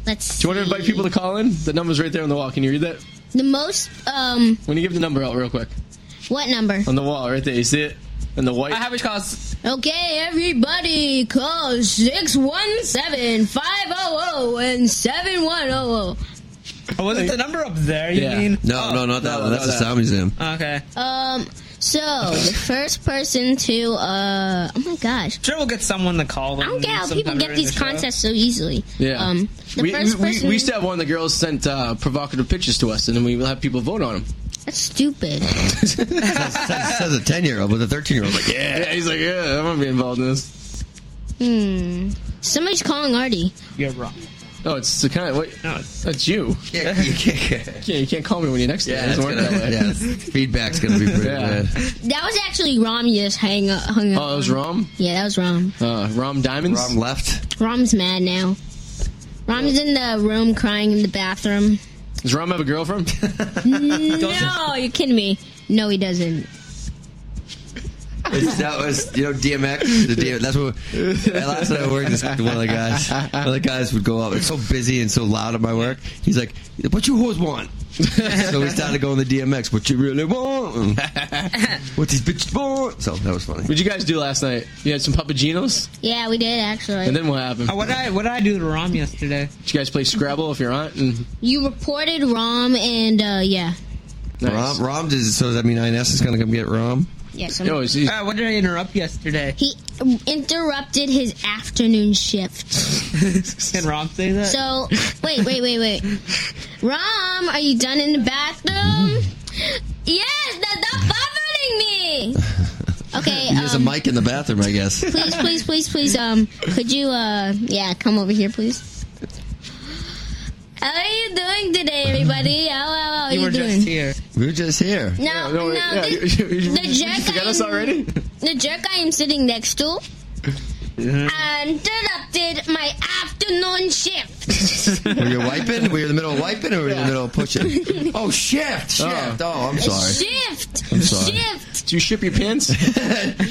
[SPEAKER 9] let's.
[SPEAKER 7] Do you want to invite people to call in? The number's right there on the wall. Can you read that?
[SPEAKER 9] The most um,
[SPEAKER 7] When you give the number out real quick
[SPEAKER 9] what number?
[SPEAKER 7] on the wall, right there. You see it? And the white.
[SPEAKER 8] I have which calls.
[SPEAKER 9] Okay, everybody, call 617-500 and seven one zero zero.
[SPEAKER 8] Oh, wasn't the number up there? You
[SPEAKER 7] Yeah.
[SPEAKER 8] mean?
[SPEAKER 6] No,
[SPEAKER 8] Oh.
[SPEAKER 6] no, not that
[SPEAKER 7] No,
[SPEAKER 6] one. That's
[SPEAKER 7] no,
[SPEAKER 6] the
[SPEAKER 7] that.
[SPEAKER 6] sound museum.
[SPEAKER 8] Okay.
[SPEAKER 9] Um, so the first person to uh, oh my gosh.
[SPEAKER 8] Sure, we'll get someone to call them.
[SPEAKER 9] I don't get how
[SPEAKER 8] sometime
[SPEAKER 9] people get
[SPEAKER 8] during
[SPEAKER 9] these
[SPEAKER 8] the show.
[SPEAKER 9] contests so easily.
[SPEAKER 7] Yeah.
[SPEAKER 9] Um, the
[SPEAKER 7] we,
[SPEAKER 9] first
[SPEAKER 7] we,
[SPEAKER 9] person.
[SPEAKER 7] we, we used to have one of the girls sent uh, provocative pictures to us, and then we will have people vote on them.
[SPEAKER 9] that's stupid.
[SPEAKER 6] says, says a ten year old, but the thirteen year old like, yeah.
[SPEAKER 7] Yeah, he's like, yeah, I'm gonna be involved in this.
[SPEAKER 9] hmm. Somebody's calling Artie.
[SPEAKER 8] You're wrong.
[SPEAKER 7] Oh, it's the kind of wait.
[SPEAKER 8] No, it's-
[SPEAKER 7] That's you.
[SPEAKER 6] yeah, you can't-
[SPEAKER 7] Yeah, you can't call me when you're next to me.
[SPEAKER 6] yeah,
[SPEAKER 7] It
[SPEAKER 6] that's
[SPEAKER 7] doesn't work
[SPEAKER 6] gonna,
[SPEAKER 7] that way.
[SPEAKER 6] yeah, feedback's gonna be pretty
[SPEAKER 7] Yeah.
[SPEAKER 6] bad.
[SPEAKER 9] That was actually Rom you just hang up, hung up.
[SPEAKER 7] Oh, it was Rom.
[SPEAKER 9] Yeah, that was Rom.
[SPEAKER 7] Uh, Rom Diamonds.
[SPEAKER 6] Rom left.
[SPEAKER 9] Rom's mad now. Rom's in the room crying in the bathroom.
[SPEAKER 7] Does Rum have a girlfriend?
[SPEAKER 9] No, you're kidding me. No, he doesn't.
[SPEAKER 6] It's, that was you know DMX. The DM, that's what at last time I worked. This one of the guys, one of the guys would go up. It's so busy and so loud at my work. He's like, "What you whores want?" so we started going the DMX. What you really want? what these bitches want? So that was funny.
[SPEAKER 7] What'd you guys do last night? You had some Papaginos,
[SPEAKER 9] Yeah, we did actually.
[SPEAKER 7] and then what happened?
[SPEAKER 8] Uh, what I what I do to Rom yesterday?
[SPEAKER 7] Did you guys play Scrabble if your aunt? And
[SPEAKER 9] you reported Rom and uh, yeah,
[SPEAKER 7] nice.
[SPEAKER 6] Rom, Rom does. So does that mean INS is going to come get Rom?
[SPEAKER 9] yeah. some-
[SPEAKER 7] Yo, is he-
[SPEAKER 8] Uh, what did I interrupt yesterday?
[SPEAKER 9] he interrupted his afternoon shift.
[SPEAKER 8] Can Rom say that?
[SPEAKER 9] So wait, wait, wait, wait. Rom, are you done in the bathroom? Yes, that's not bothering me. Okay.
[SPEAKER 6] He has
[SPEAKER 9] um,
[SPEAKER 6] a mic in the bathroom, I guess.
[SPEAKER 9] please, please, please, please. Um, could you, uh, yeah, come over here, please. How are you doing today, everybody? How, how, how are you,
[SPEAKER 8] you were
[SPEAKER 9] doing?
[SPEAKER 8] just here.
[SPEAKER 6] We were just here.
[SPEAKER 9] No,
[SPEAKER 7] Yeah,
[SPEAKER 9] no,
[SPEAKER 7] wait, yeah,
[SPEAKER 9] the,
[SPEAKER 7] you- you-
[SPEAKER 9] the
[SPEAKER 7] you
[SPEAKER 9] jerk
[SPEAKER 7] forgot
[SPEAKER 9] I'm,
[SPEAKER 7] us already?
[SPEAKER 9] The jerk I am sitting next to interrupted my afternoon shift.
[SPEAKER 6] Were you wiping? Were you in the middle of wiping, or were you in the middle of pushing? Oh, shift, shift. Oh, I'm sorry.
[SPEAKER 9] Shift,
[SPEAKER 6] I'm sorry.
[SPEAKER 9] shift.
[SPEAKER 7] do you ship your pants?
[SPEAKER 9] Oh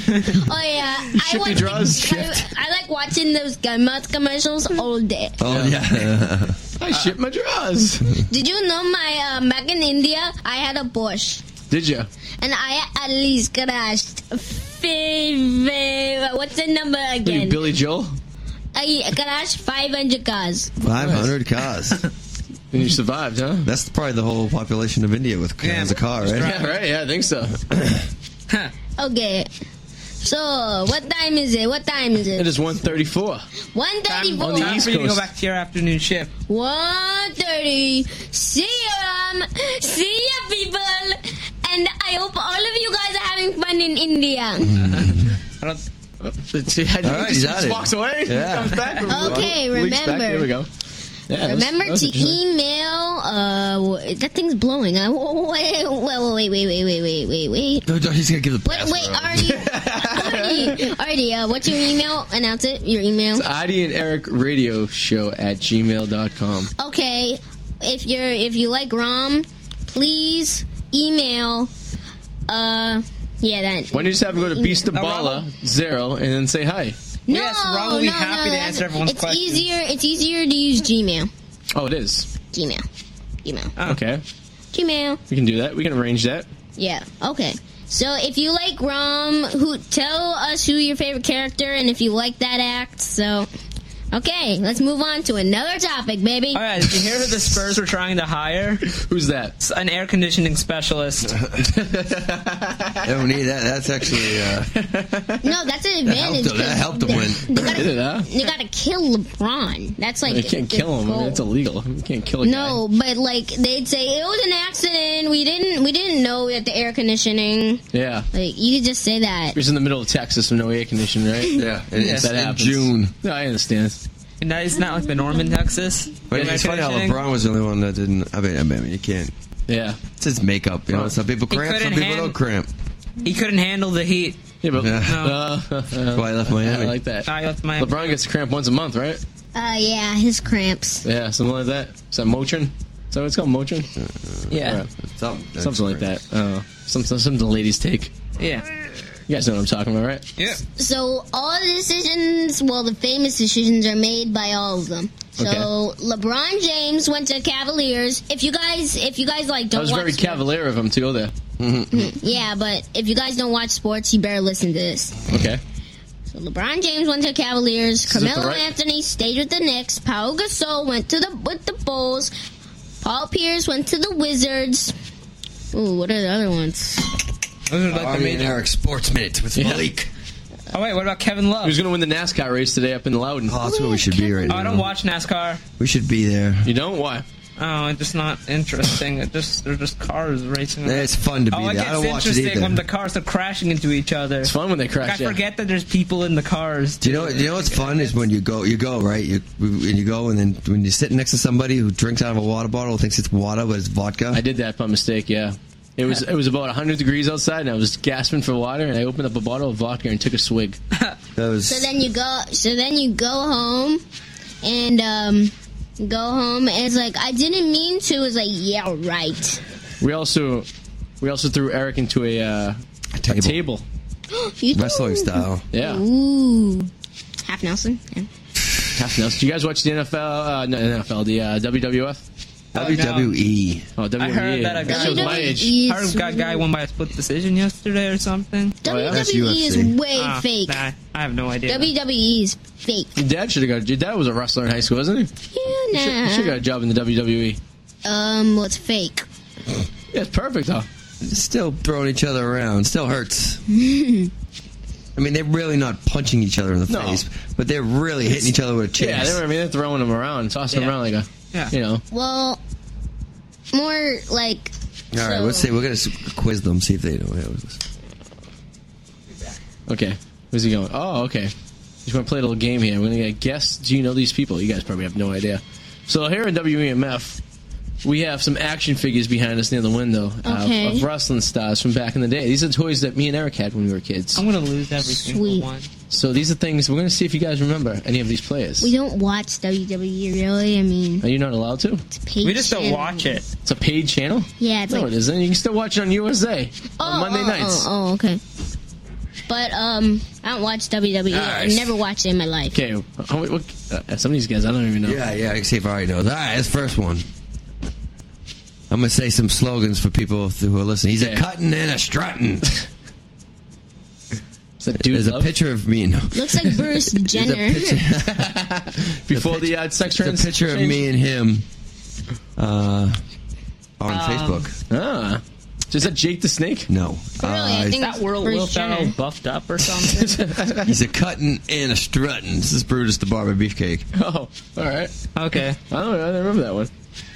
[SPEAKER 9] yeah, I
[SPEAKER 7] Shift
[SPEAKER 9] watch.
[SPEAKER 7] your drawers,
[SPEAKER 9] I, I like watching those Gummelt commercials all day.
[SPEAKER 6] Oh yeah.
[SPEAKER 7] I ship my drawers.
[SPEAKER 9] Did you know my uh, back in India? I had a Bosch.
[SPEAKER 7] Did you?
[SPEAKER 9] And I at least crashed. Five, what's the number
[SPEAKER 7] What are you,
[SPEAKER 9] again?
[SPEAKER 7] Billy Joel?
[SPEAKER 9] I crashed 500 cars.
[SPEAKER 6] Five hundred cars.
[SPEAKER 7] And you survived, huh?
[SPEAKER 6] That's probably the whole population of India with
[SPEAKER 8] Yeah.
[SPEAKER 6] cars a car, right?
[SPEAKER 7] Yeah, right. Yeah, I think so.
[SPEAKER 9] Okay. So, what time is it? What time is
[SPEAKER 7] It
[SPEAKER 9] it?
[SPEAKER 7] is one thirty-four.
[SPEAKER 8] Time,
[SPEAKER 7] On the
[SPEAKER 8] time
[SPEAKER 9] 134.
[SPEAKER 7] East
[SPEAKER 8] for you to go
[SPEAKER 7] Coast.
[SPEAKER 8] back to your afternoon shift.
[SPEAKER 9] 130. See ya, um, see ya, people. And I hope all of you guys are having fun in India.
[SPEAKER 8] I don't.
[SPEAKER 7] See, I
[SPEAKER 6] right,
[SPEAKER 7] just,
[SPEAKER 6] he's at
[SPEAKER 7] just
[SPEAKER 6] it.
[SPEAKER 7] walks away.
[SPEAKER 6] Yeah.
[SPEAKER 7] Comes back.
[SPEAKER 9] Okay,
[SPEAKER 7] Leaks back.
[SPEAKER 9] remember.
[SPEAKER 7] There we go. Yeah, that was- that
[SPEAKER 9] Remember
[SPEAKER 7] was
[SPEAKER 9] to
[SPEAKER 7] interesting.
[SPEAKER 9] email. Uh, w- that thing's blowing. I, wait, wait, wait, wait, wait, wait, wait, wait.
[SPEAKER 6] He's gonna give the
[SPEAKER 9] What, wait, Artie, Artie, Artie, uh, what's your email? Announce it. Your email.
[SPEAKER 7] Adi and Eric Radio Show at gmail.com.
[SPEAKER 9] Okay, if you're if you like Rom, please email. Uh, yeah, that.
[SPEAKER 7] Why don't you just have him go to Beast of Bala Zero and then say hi?
[SPEAKER 9] No,
[SPEAKER 8] Yes, Rom will be
[SPEAKER 9] no,
[SPEAKER 8] happy
[SPEAKER 9] no,
[SPEAKER 8] to
[SPEAKER 9] that's-
[SPEAKER 8] answer everyone's
[SPEAKER 9] it's
[SPEAKER 8] questions.
[SPEAKER 9] easier. It's easier to use Gmail.
[SPEAKER 7] Oh, it is.
[SPEAKER 9] Gmail. Gmail.
[SPEAKER 8] Uh,
[SPEAKER 7] Okay,
[SPEAKER 9] Gmail.
[SPEAKER 7] we can do that. We can arrange that.
[SPEAKER 9] Yeah. Okay. So if you like Rom, who tell us who your favorite character and if you like that act. So, okay, let's move on to another topic, baby.
[SPEAKER 8] All right. Did you hear who the Spurs were trying to hire?
[SPEAKER 7] Who's that?
[SPEAKER 8] It's an air conditioning specialist.
[SPEAKER 6] I don't need that. That's actually uh,
[SPEAKER 9] No, that's an
[SPEAKER 6] that helped
[SPEAKER 9] advantage.
[SPEAKER 6] him. That
[SPEAKER 9] 'cause
[SPEAKER 6] helped him win.
[SPEAKER 9] They gotta,
[SPEAKER 7] Did it, huh?
[SPEAKER 9] they gotta kill LeBron. That's like
[SPEAKER 7] You can't
[SPEAKER 9] the
[SPEAKER 7] kill him.
[SPEAKER 9] goal.
[SPEAKER 7] It's illegal. You can't kill a
[SPEAKER 9] No, but like they'd say it was an accident. We didn't we didn't know that the air conditioning.
[SPEAKER 7] guy. Yeah.
[SPEAKER 9] Like you could just say that.
[SPEAKER 7] He's in the middle of Texas with no air conditioning, right?
[SPEAKER 6] Yeah, and it's
[SPEAKER 7] That
[SPEAKER 6] in
[SPEAKER 7] happens.
[SPEAKER 6] June.
[SPEAKER 7] No, I understand.
[SPEAKER 8] And that is not like the Norman, Texas.
[SPEAKER 6] But
[SPEAKER 8] Air
[SPEAKER 6] it's funny how
[SPEAKER 8] conditioning.
[SPEAKER 6] LeBron was the only one that didn't. I mean, I mean, you can't.
[SPEAKER 7] Yeah.
[SPEAKER 6] It's his makeup. You know, some people
[SPEAKER 8] He
[SPEAKER 6] cramp, some
[SPEAKER 8] couldn't
[SPEAKER 6] people
[SPEAKER 8] hand-
[SPEAKER 6] don't cramp.
[SPEAKER 8] He couldn't handle the heat. Um,
[SPEAKER 7] Yeah, but
[SPEAKER 6] Yeah.
[SPEAKER 7] Uh,
[SPEAKER 6] That's why I left Miami.
[SPEAKER 7] I like that.
[SPEAKER 8] I left my.
[SPEAKER 7] LeBron gets a cramp once a month, right?
[SPEAKER 9] Uh, yeah, his cramps.
[SPEAKER 7] Yeah, something like that. Is that Motrin? Is that what it's called? Motrin?
[SPEAKER 8] Yeah.
[SPEAKER 6] Something,
[SPEAKER 7] Something like that. Uh, some, some, some of the ladies take.
[SPEAKER 8] Yeah.
[SPEAKER 7] You guys know what I'm talking about, right?
[SPEAKER 8] Yeah.
[SPEAKER 9] So all the decisions, well, the famous decisions are made by all of them. So
[SPEAKER 7] Okay.
[SPEAKER 9] LeBron James went to Cavaliers. If you guys, if you guys like,
[SPEAKER 7] That
[SPEAKER 9] don't
[SPEAKER 7] was
[SPEAKER 9] watch.
[SPEAKER 7] very cavalier of him to go there.
[SPEAKER 9] yeah, but if you guys don't watch sports, you better listen to this.
[SPEAKER 7] Okay.
[SPEAKER 9] So LeBron James went to Cavaliers. Carmelo
[SPEAKER 7] right-
[SPEAKER 9] Anthony stayed with the Knicks. Paul Gasol went to the with the Bulls. Paul Pierce went to the Wizards. Ooh, what are the other ones?
[SPEAKER 8] Those are like the
[SPEAKER 6] Army and
[SPEAKER 8] major.
[SPEAKER 6] Eric Sports Minute with Malik.
[SPEAKER 8] Oh wait, what about Kevin Love?
[SPEAKER 7] Who's going to win the NASCAR race today up in Loudon?
[SPEAKER 6] Oh, that's where we should be right
[SPEAKER 8] Oh,
[SPEAKER 6] now.
[SPEAKER 8] I don't Mm-hmm. watch NASCAR.
[SPEAKER 6] We should be there.
[SPEAKER 7] You don't? Why?
[SPEAKER 8] Oh, it's just not interesting. It just they're just cars racing. around.
[SPEAKER 6] It's fun to be
[SPEAKER 8] Oh, it
[SPEAKER 6] there. I
[SPEAKER 8] gets
[SPEAKER 6] don't watch it
[SPEAKER 8] interesting
[SPEAKER 6] either.
[SPEAKER 8] when the cars are crashing into each other.
[SPEAKER 7] It's fun when they
[SPEAKER 8] I
[SPEAKER 7] crash. yeah.
[SPEAKER 8] forget that there's people in the cars.
[SPEAKER 6] Do you know? You know what's fun is when you go, you go right, you and you go, and then when you're sitting next to somebody who drinks out of a water bottle, thinks it's water but it's vodka.
[SPEAKER 7] I did that by mistake. Yeah, it was it was about 100 degrees outside, and I was gasping for water, and I opened up a bottle of vodka and took a swig.
[SPEAKER 6] That was
[SPEAKER 9] So then you go. So then you go home, and um, go home. And it's like, I didn't mean to. It's like, yeah, right.
[SPEAKER 7] We also we also threw Eric into a, uh,
[SPEAKER 6] A table.
[SPEAKER 7] a table.
[SPEAKER 9] You
[SPEAKER 6] Wrestling
[SPEAKER 9] do.
[SPEAKER 6] style.
[SPEAKER 8] Oh,
[SPEAKER 7] Yeah.
[SPEAKER 9] Ooh. Half Nelson. Yeah.
[SPEAKER 7] Half an ounce. Do you guys watch the NFL? Uh, no, NFL, the uh, WWF?
[SPEAKER 6] WWE.
[SPEAKER 7] Oh, WWE.
[SPEAKER 8] I heard that a guy,
[SPEAKER 7] Shows my age.
[SPEAKER 9] WWE
[SPEAKER 8] I heard that guy won by a split decision yesterday or something.
[SPEAKER 6] Oh, yeah. That's
[SPEAKER 9] WWE E is
[SPEAKER 6] UFC.
[SPEAKER 9] way
[SPEAKER 8] Ah,
[SPEAKER 9] fake.
[SPEAKER 8] nah, Mm. I have no idea.
[SPEAKER 9] WWE is fake.
[SPEAKER 7] Your dad should have got. Your dad was a wrestler in high school, wasn't he? He should
[SPEAKER 9] Yeah,
[SPEAKER 7] have got a job in the WWE.
[SPEAKER 9] nah. Um, what's fake?
[SPEAKER 7] Yeah, it's perfect though.
[SPEAKER 6] Still throwing each other around. Still hurts. I mean, they're really not punching each other in the
[SPEAKER 7] No.
[SPEAKER 6] face, but they're really hitting each other with a
[SPEAKER 7] Yeah,
[SPEAKER 6] chest.
[SPEAKER 7] they were, I mean, they're throwing them around, tossing them
[SPEAKER 8] Yeah.
[SPEAKER 7] around like a,
[SPEAKER 8] Yeah.
[SPEAKER 7] you know.
[SPEAKER 9] Well, more like.
[SPEAKER 6] All right,
[SPEAKER 9] so-
[SPEAKER 6] let's see. We're going to quiz them, see if they know. Yeah, what's this?
[SPEAKER 7] Okay, where's he going? Oh, okay. Just want to play a little game here. We're gonna guess. Do you know these people? You guys probably have no idea. So here in WEMF, we have some action figures behind us near the window uh,
[SPEAKER 9] Okay.
[SPEAKER 7] of wrestling stars from back in the day. These are toys that me and Eric had when we were kids.
[SPEAKER 8] I'm gonna lose every single
[SPEAKER 9] Sweet.
[SPEAKER 8] one.
[SPEAKER 7] So these are things we're gonna see if you guys remember any of these players.
[SPEAKER 9] We don't watch WWE really. I mean,
[SPEAKER 7] Are you not allowed to?
[SPEAKER 9] it's paid.
[SPEAKER 8] We just don't
[SPEAKER 9] channel.
[SPEAKER 8] watch it.
[SPEAKER 7] It's a paid channel.
[SPEAKER 9] Yeah, it's
[SPEAKER 7] No,
[SPEAKER 9] like
[SPEAKER 7] it isn't. You can still watch it on USA on Monday
[SPEAKER 9] oh,
[SPEAKER 7] nights.
[SPEAKER 9] Oh, oh, okay. But um, I don't watch WWE. I
[SPEAKER 6] Nice.
[SPEAKER 9] never watched it in my life.
[SPEAKER 7] Okay, how- what, uh, some of these guys I don't even know.
[SPEAKER 6] Yeah, yeah. I can see if Ari knows. All right, that's the first one. I'm gonna say some slogans for people who are listening. He's
[SPEAKER 7] Okay.
[SPEAKER 6] a cutting and a strutting.
[SPEAKER 7] It's a dude
[SPEAKER 6] There's a
[SPEAKER 7] love.
[SPEAKER 6] picture of me. No,
[SPEAKER 9] Looks like Bruce Jenner.
[SPEAKER 7] before the, uh, sex
[SPEAKER 6] there's
[SPEAKER 7] trans.
[SPEAKER 6] a picture of me and him uh, on
[SPEAKER 9] Um,
[SPEAKER 6] Facebook.
[SPEAKER 7] Ah, is that Jake the Snake?
[SPEAKER 6] No,
[SPEAKER 9] Really, I
[SPEAKER 6] Uh,
[SPEAKER 9] think
[SPEAKER 8] That
[SPEAKER 9] it's
[SPEAKER 8] world Will
[SPEAKER 9] Bruce
[SPEAKER 8] Ferrell
[SPEAKER 9] Jenner.
[SPEAKER 8] buffed up or something.
[SPEAKER 6] he's a cutting and a strutting. This is Brutus the Barber Beefcake.
[SPEAKER 7] Oh, all right.
[SPEAKER 8] okay.
[SPEAKER 7] I don't know. I don't remember that one.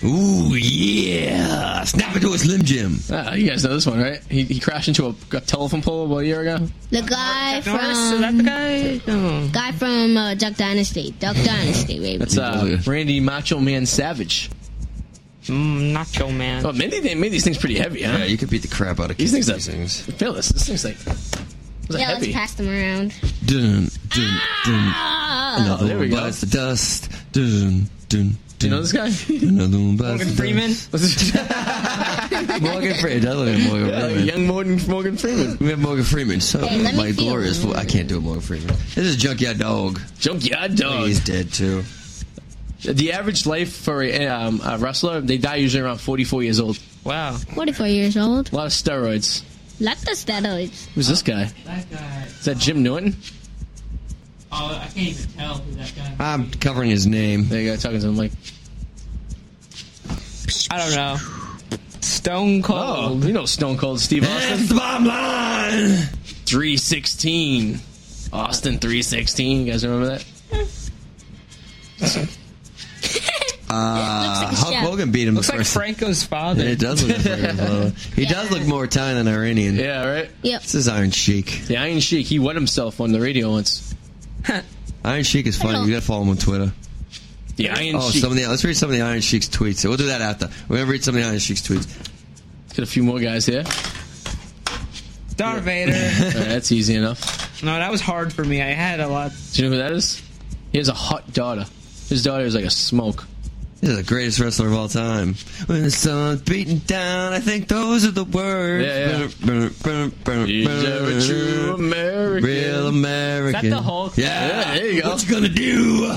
[SPEAKER 6] Ooh yeah! Snap into a Slim Jim.
[SPEAKER 7] Ah, you guys know this one, right? He, he crashed into a, a telephone pole about a year ago.
[SPEAKER 9] The guy
[SPEAKER 8] Norris, is that the
[SPEAKER 9] from
[SPEAKER 8] guy? No.
[SPEAKER 9] guy from uh, Duck Dynasty. Duck Dynasty, baby.
[SPEAKER 7] It's uh, Randy Macho Man Savage.
[SPEAKER 8] Mm, Nacho Man.
[SPEAKER 7] Oh, Mindy, they made these things pretty heavy, huh?
[SPEAKER 6] Yeah, you could beat the crap out of
[SPEAKER 7] these
[SPEAKER 6] kids.
[SPEAKER 7] things are.
[SPEAKER 6] with these things.
[SPEAKER 7] Feel this. This thing's like. Those are
[SPEAKER 9] yeah, let's
[SPEAKER 7] heavy.
[SPEAKER 9] pass them around.
[SPEAKER 6] Dun dun dun.
[SPEAKER 9] Ah!
[SPEAKER 6] Another
[SPEAKER 7] Oh, there
[SPEAKER 6] one
[SPEAKER 7] we go.
[SPEAKER 6] bites the dust. Dun dun.
[SPEAKER 7] Do you know this guy?
[SPEAKER 6] Another one bites
[SPEAKER 8] Morgan
[SPEAKER 6] the
[SPEAKER 8] Freeman.
[SPEAKER 6] dust. Morgan Freeman. That look like Morgan
[SPEAKER 7] Uh,
[SPEAKER 6] Freeman.
[SPEAKER 7] young Morgan Morgan Freeman.
[SPEAKER 6] We have Morgan Freeman. So
[SPEAKER 9] Hey, let me
[SPEAKER 6] my
[SPEAKER 9] feel
[SPEAKER 6] glorious.
[SPEAKER 9] him.
[SPEAKER 6] I can't do a Morgan Freeman. This is Junkyard Dog. Oh,
[SPEAKER 7] Junkyard dog.
[SPEAKER 6] He's dead too.
[SPEAKER 7] The average life for a, um, a wrestler, they die usually around 44 years old.
[SPEAKER 8] Wow.
[SPEAKER 9] 44 years old.
[SPEAKER 7] A lot of steroids.
[SPEAKER 9] Like the steroids.
[SPEAKER 7] Who's this guy?
[SPEAKER 8] That guy.
[SPEAKER 7] Is that Jim Norton?
[SPEAKER 8] Oh, I can't even tell who that guy.
[SPEAKER 6] I'm covering his name.
[SPEAKER 7] There you go, talking to him like,
[SPEAKER 8] I don't know. Stone
[SPEAKER 7] oh,
[SPEAKER 8] Cold.
[SPEAKER 7] you know Stone Cold Steve Austin.
[SPEAKER 6] That's the bottom line.
[SPEAKER 7] 316. Austin 316. You guys remember that?
[SPEAKER 6] Uh,
[SPEAKER 9] like a
[SPEAKER 6] Hulk
[SPEAKER 9] chef.
[SPEAKER 6] Hogan beat him
[SPEAKER 8] Looks
[SPEAKER 6] the
[SPEAKER 8] like
[SPEAKER 6] first.
[SPEAKER 8] Franco's father.
[SPEAKER 6] it does look like Frank Lowe. He does look more Italian than Iranian.
[SPEAKER 7] Yeah, right?
[SPEAKER 9] Yep.
[SPEAKER 6] This is Iron Sheik.
[SPEAKER 7] The Iron Sheik, he wet himself on the radio once.
[SPEAKER 6] Iron Sheik is funny. You gotta follow him on Twitter.
[SPEAKER 7] The Iron
[SPEAKER 6] Oh,
[SPEAKER 7] Sheik.
[SPEAKER 6] some of the let's read some of the Iron Sheik's tweets. We'll do that after. We're gonna read some of the Iron Sheik's tweets.
[SPEAKER 7] Got a few more guys here.
[SPEAKER 8] Darth Vader.
[SPEAKER 7] All right, that's easy enough.
[SPEAKER 8] no, that was hard for me. I had a lot.
[SPEAKER 7] Do you know who that is? He has a hot daughter. His daughter is like a smoke.
[SPEAKER 6] This is the greatest wrestler of all time. When the sun's beating down, I think those are the words.
[SPEAKER 7] Yeah, He's a true American.
[SPEAKER 6] Real American.
[SPEAKER 8] Is that the Hulk?
[SPEAKER 6] Yeah.
[SPEAKER 7] Yeah, there you go.
[SPEAKER 6] What you gonna do?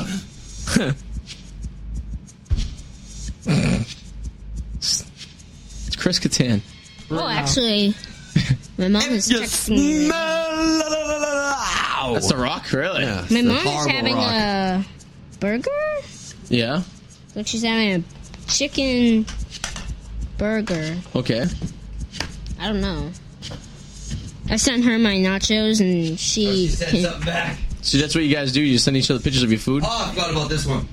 [SPEAKER 7] It's Chris Catan.
[SPEAKER 9] Oh, actually, my mom is
[SPEAKER 6] Just
[SPEAKER 9] texting me.
[SPEAKER 7] That's The Rock, really?
[SPEAKER 6] Yeah, it's
[SPEAKER 9] My
[SPEAKER 6] the
[SPEAKER 9] mom is
[SPEAKER 6] horrible
[SPEAKER 9] having
[SPEAKER 6] rock.
[SPEAKER 9] a burger.
[SPEAKER 7] Yeah?
[SPEAKER 9] Like she's having a chicken burger.
[SPEAKER 7] Okay.
[SPEAKER 9] I don't know. I sent her my nachos and she.
[SPEAKER 6] Send Oh, something back.
[SPEAKER 7] So that's what you guys do? You send each other pictures of your food?
[SPEAKER 6] Oh, I forgot about this one.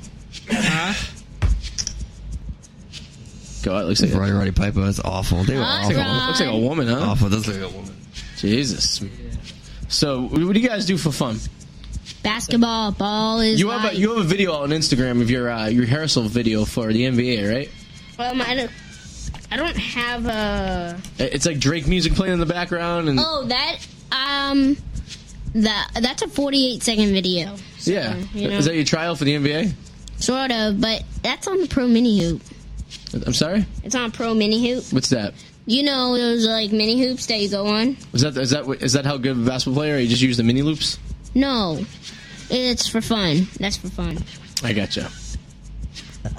[SPEAKER 7] God, it looks like,
[SPEAKER 6] Roddy Roddy Piper. That's awful. They were
[SPEAKER 9] Hot
[SPEAKER 6] awful.
[SPEAKER 9] rod.
[SPEAKER 7] looks like a woman, huh?
[SPEAKER 6] Awful. That's like a woman.
[SPEAKER 7] Jesus. So, what do you guys do for fun?
[SPEAKER 9] Basketball ball is.
[SPEAKER 7] You have a
[SPEAKER 9] life.
[SPEAKER 7] you have a video on Instagram of your uh, your rehearsal video for the NBA, right?
[SPEAKER 9] Um, I don't. I don't have a.
[SPEAKER 7] It- It's like Drake music playing in the background, and
[SPEAKER 9] Oh, that um, that that's a forty-eight second video.
[SPEAKER 7] yeah,
[SPEAKER 9] Mm-hmm, you know.
[SPEAKER 7] is that your trial for the NBA?
[SPEAKER 9] Sort of, but that's on the Pro Mini Hoop.
[SPEAKER 7] I'm sorry.
[SPEAKER 9] It's on Pro Mini Hoop.
[SPEAKER 7] What's that?
[SPEAKER 9] You know those like mini hoops that you go on?
[SPEAKER 7] Is that is that is that how good of a basketball player? You just use the mini loops.
[SPEAKER 9] No. It's for fun. That's for fun.
[SPEAKER 7] I gotcha.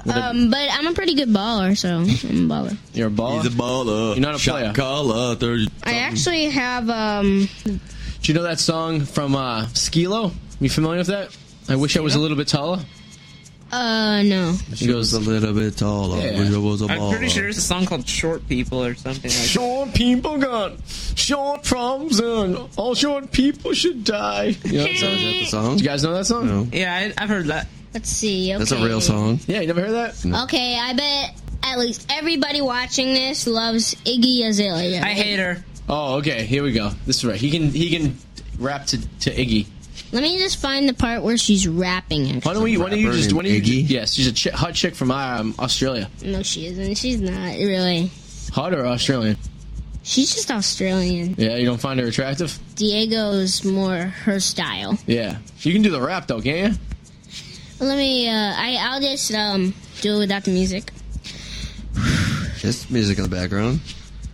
[SPEAKER 9] Um, but I'm a pretty good baller, so I'm a baller.
[SPEAKER 7] You're a baller.
[SPEAKER 6] baller.
[SPEAKER 7] You're not a player.
[SPEAKER 6] caller. Thirty.
[SPEAKER 9] I actually have um
[SPEAKER 7] Do you know that song from uh, Skilo? You familiar with that? I wish I was a little bit taller.
[SPEAKER 9] uh no.
[SPEAKER 6] She goes a little bit taller.
[SPEAKER 7] Yeah.
[SPEAKER 6] when she was a
[SPEAKER 8] I'm pretty
[SPEAKER 6] baller.
[SPEAKER 8] sure it's a song called Short People or something like that.
[SPEAKER 7] Short people got short problems, and all short people should die. You know that
[SPEAKER 6] Is
[SPEAKER 7] song?
[SPEAKER 6] that the song?
[SPEAKER 7] You guys know that song?
[SPEAKER 6] No.
[SPEAKER 8] Yeah, I, I've heard that.
[SPEAKER 9] Let's see. Okay.
[SPEAKER 6] That's a real song.
[SPEAKER 7] Yeah, you never heard that?
[SPEAKER 9] Okay, I bet at least everybody watching this loves Iggy Azalea.
[SPEAKER 8] I hate her.
[SPEAKER 7] Oh, okay. Here we go. This is right. He can he can rap to, to Iggy.
[SPEAKER 9] Let me just find the part where she's rapping it.
[SPEAKER 7] Why don't we? Why don't you
[SPEAKER 6] Rapper
[SPEAKER 7] just? Why don't you?
[SPEAKER 6] named Iggy?
[SPEAKER 7] Just, yes, she's a ch- hot chick from um, Australia.
[SPEAKER 9] No, she isn't. She's not really.
[SPEAKER 7] Hot or Australian?
[SPEAKER 9] She's just Australian.
[SPEAKER 7] Yeah, you don't find her attractive.
[SPEAKER 9] Diego's more her style.
[SPEAKER 7] Yeah, you can do the rap though, can't you?
[SPEAKER 9] Let me. Uh, I I'll just um do it without the music.
[SPEAKER 6] Just music in the background.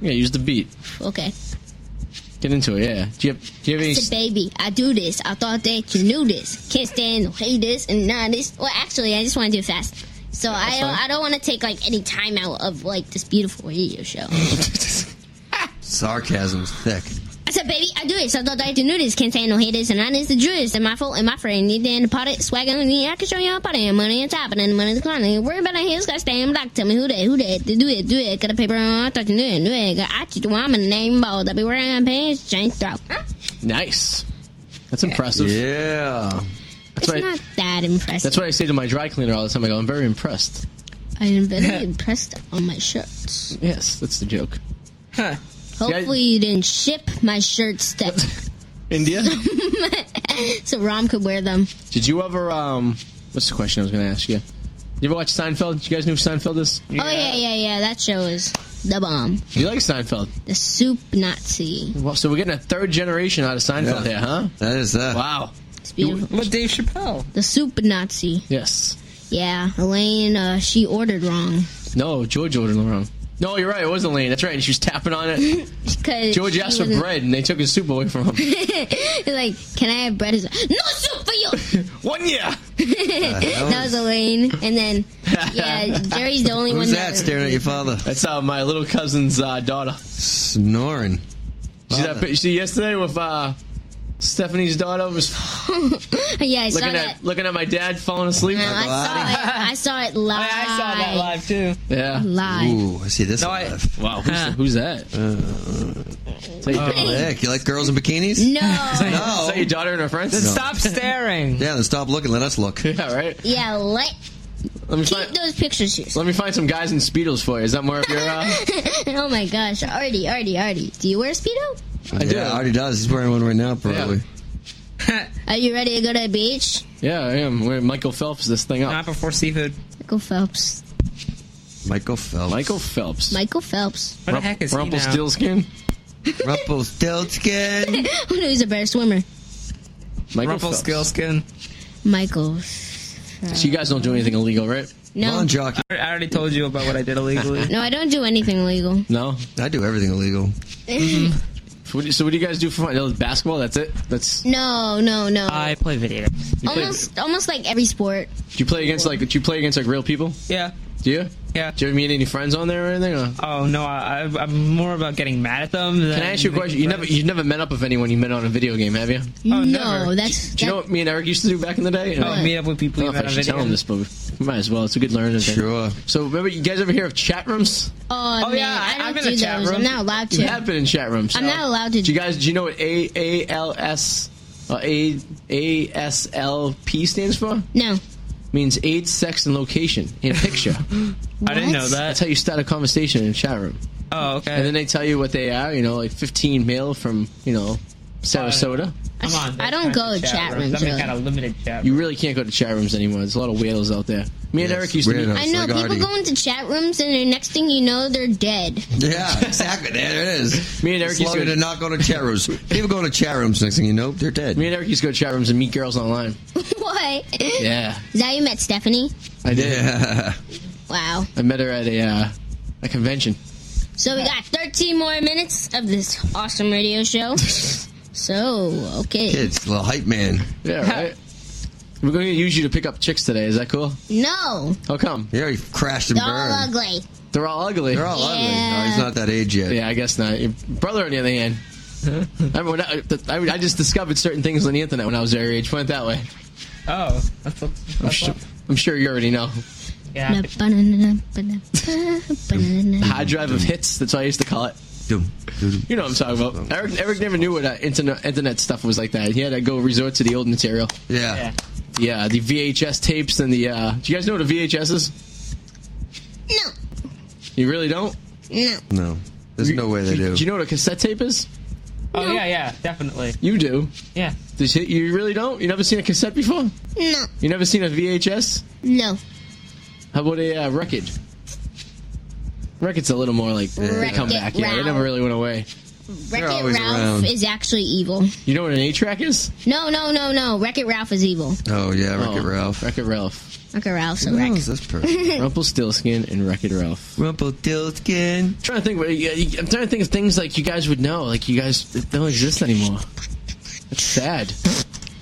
[SPEAKER 7] Yeah, use the beat.
[SPEAKER 9] Okay.
[SPEAKER 7] Get into it. Yeah. Do you have, do you have any?
[SPEAKER 9] Said, baby, I do this. I thought that you knew this. Can't stand no haters and not this. Well, actually, I just want to do it fast. So I don't,
[SPEAKER 7] fine.
[SPEAKER 9] I don't want to take like any time out of like this beautiful radio show.
[SPEAKER 6] Sarcasm's thick.
[SPEAKER 9] I said, baby, I do this. I thought that you knew this. Can't stand no haters and not this. The Jewish and my fault and my friend. You didn't pot it. Swag on me. I can show you how to pot it. Money on top and then the money's gone. Ain't worry about it. Here's got stand black. Tell me who that, who that. Do it, do it. Got a paper on. I thought you knew it, knew it. Got I the woman name ball. I be wearing pants. Change throat. Huh?
[SPEAKER 7] Nice. That's impressive.
[SPEAKER 6] Yeah.
[SPEAKER 9] It's
[SPEAKER 7] That's what, I,
[SPEAKER 9] not that impressive.
[SPEAKER 7] that's what I say to my dry cleaner all the time. I go, I'm very impressed.
[SPEAKER 9] I am very impressed on my shirts.
[SPEAKER 7] Yes, that's the joke.
[SPEAKER 8] Huh.
[SPEAKER 9] Hopefully, you didn't ship my shirts to,
[SPEAKER 7] India.
[SPEAKER 9] so Rom could wear them.
[SPEAKER 7] Did you ever? Um, what's the question I was going to ask you? You ever watch Seinfeld? You guys know who Seinfeld is?
[SPEAKER 9] Oh yeah, yeah, yeah. That show is the bomb.
[SPEAKER 7] You like Seinfeld?
[SPEAKER 9] The soup Nazi.
[SPEAKER 7] Well, so we're getting a third generation out of Seinfeld
[SPEAKER 6] Yeah.
[SPEAKER 7] here, huh?
[SPEAKER 6] That is uh, that.
[SPEAKER 7] Wow.
[SPEAKER 9] It's beautiful.
[SPEAKER 8] With Dave Chappelle.
[SPEAKER 9] The soup Nazi.
[SPEAKER 7] Yes.
[SPEAKER 9] Yeah, Elaine. Uh, she ordered wrong
[SPEAKER 7] No, George ordered it wrong. No, you're right. It was Elaine. That's right. And she was tapping on it.
[SPEAKER 9] because
[SPEAKER 7] George
[SPEAKER 9] she
[SPEAKER 7] asked for
[SPEAKER 9] wasn't-
[SPEAKER 7] bread, and they took his soup away from him.
[SPEAKER 9] like, can I have bread? He's like, no soup for you.
[SPEAKER 7] One year.
[SPEAKER 9] that was Elaine, and then yeah, Jerry's the only
[SPEAKER 6] Who's
[SPEAKER 9] one
[SPEAKER 6] that staring at your father?
[SPEAKER 7] That's uh, my little cousin's uh, daughter.
[SPEAKER 6] Snoring.
[SPEAKER 7] She's that pic- she yesterday with uh, Stephanie's daughter was
[SPEAKER 9] yeah, I saw
[SPEAKER 7] looking
[SPEAKER 9] that.
[SPEAKER 7] at looking at my dad falling asleep.
[SPEAKER 9] No, I saw it. I saw it
[SPEAKER 8] I,
[SPEAKER 9] live.
[SPEAKER 8] I saw that live too.
[SPEAKER 7] Yeah.
[SPEAKER 9] Live.
[SPEAKER 6] Ooh, I see this.
[SPEAKER 8] No,
[SPEAKER 6] No,
[SPEAKER 8] I-
[SPEAKER 7] Wow. Who's,
[SPEAKER 8] Huh.
[SPEAKER 7] who's that? Is that your daughter?
[SPEAKER 6] Heck, you like girls in bikinis?
[SPEAKER 9] No.
[SPEAKER 7] Is
[SPEAKER 6] No.
[SPEAKER 7] that your daughter and her friends?
[SPEAKER 8] Stop staring.
[SPEAKER 6] Yeah, then stop looking. Let us look.
[SPEAKER 7] Yeah. Right.
[SPEAKER 9] yeah, let
[SPEAKER 7] Let me
[SPEAKER 9] keep
[SPEAKER 7] find.
[SPEAKER 9] those pictures here.
[SPEAKER 7] Let me find some guys in speedos for you. Is that more of your? Uh,
[SPEAKER 9] oh my gosh, Artie, Artie, Artie. Do you wear a speedo?
[SPEAKER 6] I
[SPEAKER 7] do.
[SPEAKER 6] Yeah, already does. He's wearing one right now, probably.
[SPEAKER 7] Yeah.
[SPEAKER 9] Are you ready to go to the beach?
[SPEAKER 7] yeah, I am. We're Michael Phelps this thing up.
[SPEAKER 8] Not before seafood.
[SPEAKER 9] Michael Phelps.
[SPEAKER 6] Michael Phelps.
[SPEAKER 7] Michael Phelps.
[SPEAKER 9] Michael Phelps.
[SPEAKER 8] What the heck is he now?
[SPEAKER 7] Rumpelstiltskin.
[SPEAKER 6] Rumpelstiltskin.
[SPEAKER 9] Who knows a better swimmer?
[SPEAKER 7] Michael Phelps.
[SPEAKER 8] Rumpelstiltskin.
[SPEAKER 9] Michael.
[SPEAKER 7] So you guys don't do anything illegal, right?
[SPEAKER 6] Come on,
[SPEAKER 9] No,
[SPEAKER 6] jockey.
[SPEAKER 8] I already told you about what I did illegally.
[SPEAKER 9] no, I don't do anything illegal.
[SPEAKER 7] No.
[SPEAKER 6] I do everything illegal.
[SPEAKER 7] So what, do- so what do you guys do for fun? No, Basketball. That's it. That's. Do
[SPEAKER 9] No, no, no.
[SPEAKER 8] I play video games.
[SPEAKER 7] you play, do
[SPEAKER 9] almost, almost like every sport.
[SPEAKER 7] you play against like? Do you play against like real people?
[SPEAKER 8] Yeah.
[SPEAKER 7] Do you?
[SPEAKER 8] Yeah.
[SPEAKER 7] Do you ever meet any friends on there or anything? Or?
[SPEAKER 8] Oh no, I, I- I'm more about getting mad at them. Than
[SPEAKER 7] Can I ask you a question? You never, you've never met up with anyone you met on a video game, have you?
[SPEAKER 9] no,
[SPEAKER 8] Oh, never.
[SPEAKER 9] that's
[SPEAKER 7] Do you know what me and Eric used to do back in the day?
[SPEAKER 8] Oh, meet up with
[SPEAKER 7] I
[SPEAKER 8] people.
[SPEAKER 7] don't
[SPEAKER 8] you
[SPEAKER 7] know if
[SPEAKER 8] met
[SPEAKER 7] I
[SPEAKER 8] on
[SPEAKER 7] should
[SPEAKER 8] video
[SPEAKER 7] tell him
[SPEAKER 8] games.
[SPEAKER 7] this, but we might as well. It's a good learning thing.
[SPEAKER 6] Sure.
[SPEAKER 7] So remember, you guys ever hear of chat rooms?
[SPEAKER 9] oh,
[SPEAKER 8] Oh,
[SPEAKER 9] man,
[SPEAKER 8] yeah, I-
[SPEAKER 9] I
[SPEAKER 8] I've
[SPEAKER 9] don't
[SPEAKER 8] been in
[SPEAKER 9] do
[SPEAKER 8] a chat
[SPEAKER 9] those. I'm
[SPEAKER 8] room.
[SPEAKER 9] not allowed
[SPEAKER 7] You
[SPEAKER 9] to.
[SPEAKER 7] have been in chat rooms.
[SPEAKER 9] I'm not allowed to.
[SPEAKER 7] Do you guys? Do you know what A A L S uh, A A S L P stands for?
[SPEAKER 9] No.
[SPEAKER 7] Means age, sex, and location in a picture.
[SPEAKER 8] I didn't know
[SPEAKER 9] What?
[SPEAKER 7] That's
[SPEAKER 8] that.
[SPEAKER 7] how you start a conversation in a chat room.
[SPEAKER 8] Oh, okay.
[SPEAKER 7] And then they tell you what they are. You know, like 15 male from you know Sarasota.
[SPEAKER 8] Come on.
[SPEAKER 9] I don't
[SPEAKER 8] that's
[SPEAKER 9] go
[SPEAKER 8] not
[SPEAKER 9] to chat
[SPEAKER 8] room.
[SPEAKER 9] rooms,
[SPEAKER 8] I mean,
[SPEAKER 9] really.
[SPEAKER 8] kind of limited chat.
[SPEAKER 7] You really can't go to chat rooms anymore. There's a lot of whales out there. Me and
[SPEAKER 6] Yes,
[SPEAKER 7] Eric used to. meet-
[SPEAKER 6] weirdos.
[SPEAKER 9] I
[SPEAKER 6] It's
[SPEAKER 9] know
[SPEAKER 6] like
[SPEAKER 9] people
[SPEAKER 6] Artie.
[SPEAKER 9] go into chat rooms and the next thing you know, they're dead.
[SPEAKER 6] Yeah, exactly. There it is.
[SPEAKER 7] Me and Eric
[SPEAKER 6] It's
[SPEAKER 7] used to-
[SPEAKER 6] loaded and not go to chat rooms. People go to chat rooms. Next thing you know, they're dead.
[SPEAKER 7] Me and Eric used to go to chat rooms and meet girls online.
[SPEAKER 9] what?
[SPEAKER 7] Yeah.
[SPEAKER 9] Is that how you met Stephanie?
[SPEAKER 7] I did.
[SPEAKER 6] Yeah.
[SPEAKER 9] Wow.
[SPEAKER 7] I met her at a uh, a convention.
[SPEAKER 9] So we got 13 more minutes of this awesome radio show. So, okay.
[SPEAKER 6] Kids, little hype man.
[SPEAKER 7] Yeah, right. We're going to use you to pick up chicks today. Is that cool?
[SPEAKER 9] No,
[SPEAKER 7] How come?
[SPEAKER 6] He already crashed and
[SPEAKER 9] they're all
[SPEAKER 6] burned.
[SPEAKER 9] ugly.
[SPEAKER 7] They're all ugly.
[SPEAKER 6] They're all ugly. No,
[SPEAKER 9] Yeah.
[SPEAKER 6] he's not that age yet.
[SPEAKER 7] yeah, I guess not. Your brother, on the other hand. I, remember when I, I, I just discovered certain things on the internet when I was their age. Put it that way.
[SPEAKER 8] Oh, that's a,
[SPEAKER 7] I'm
[SPEAKER 8] that's
[SPEAKER 7] sure,
[SPEAKER 8] a,
[SPEAKER 7] I'm sure you already know.
[SPEAKER 8] yeah.
[SPEAKER 7] High drive of hits. That's what I used to call it.
[SPEAKER 6] Dum, dum.
[SPEAKER 7] You know what I'm talking about. Eric, Eric never knew what uh, internet, internet stuff was like that. He had to go resort to the old material.
[SPEAKER 6] Yeah.
[SPEAKER 8] yeah.
[SPEAKER 7] Yeah, the VHS tapes and the. Uh, do you guys know what a VHS is?
[SPEAKER 9] No,
[SPEAKER 7] You really don't?
[SPEAKER 9] no.
[SPEAKER 6] No. There's no way they
[SPEAKER 7] Do
[SPEAKER 6] do.
[SPEAKER 7] you know what a cassette tape is?
[SPEAKER 8] Oh yeah, yeah, definitely.
[SPEAKER 7] You do.
[SPEAKER 8] Yeah.
[SPEAKER 7] Does he- you really don't? You never seen a cassette before?
[SPEAKER 9] No,
[SPEAKER 7] You never seen a VHS?
[SPEAKER 9] no.
[SPEAKER 7] How about a uh, record? Record's a little more like they come
[SPEAKER 9] Record
[SPEAKER 7] back. Yeah, they
[SPEAKER 9] round.
[SPEAKER 7] never really went away.
[SPEAKER 9] Wreck It
[SPEAKER 6] always
[SPEAKER 9] Ralph
[SPEAKER 6] around.
[SPEAKER 9] is actually evil.
[SPEAKER 7] You know what an eight track is?
[SPEAKER 9] No, no, no, no. Wreck It Ralph is evil.
[SPEAKER 6] Oh yeah, Wreck It Ralph.
[SPEAKER 7] Wreck It Ralph.
[SPEAKER 9] Wreck It Ralph's a
[SPEAKER 6] Who
[SPEAKER 9] wreck.
[SPEAKER 6] knows this person?
[SPEAKER 7] Rumpelstiltskin and Wreck It Ralph.
[SPEAKER 6] Rumpelstiltskin.
[SPEAKER 7] trying to think. what- yeah, you- I'm trying to think of things like you guys would know. Like you guys they don't exist anymore. That's sad.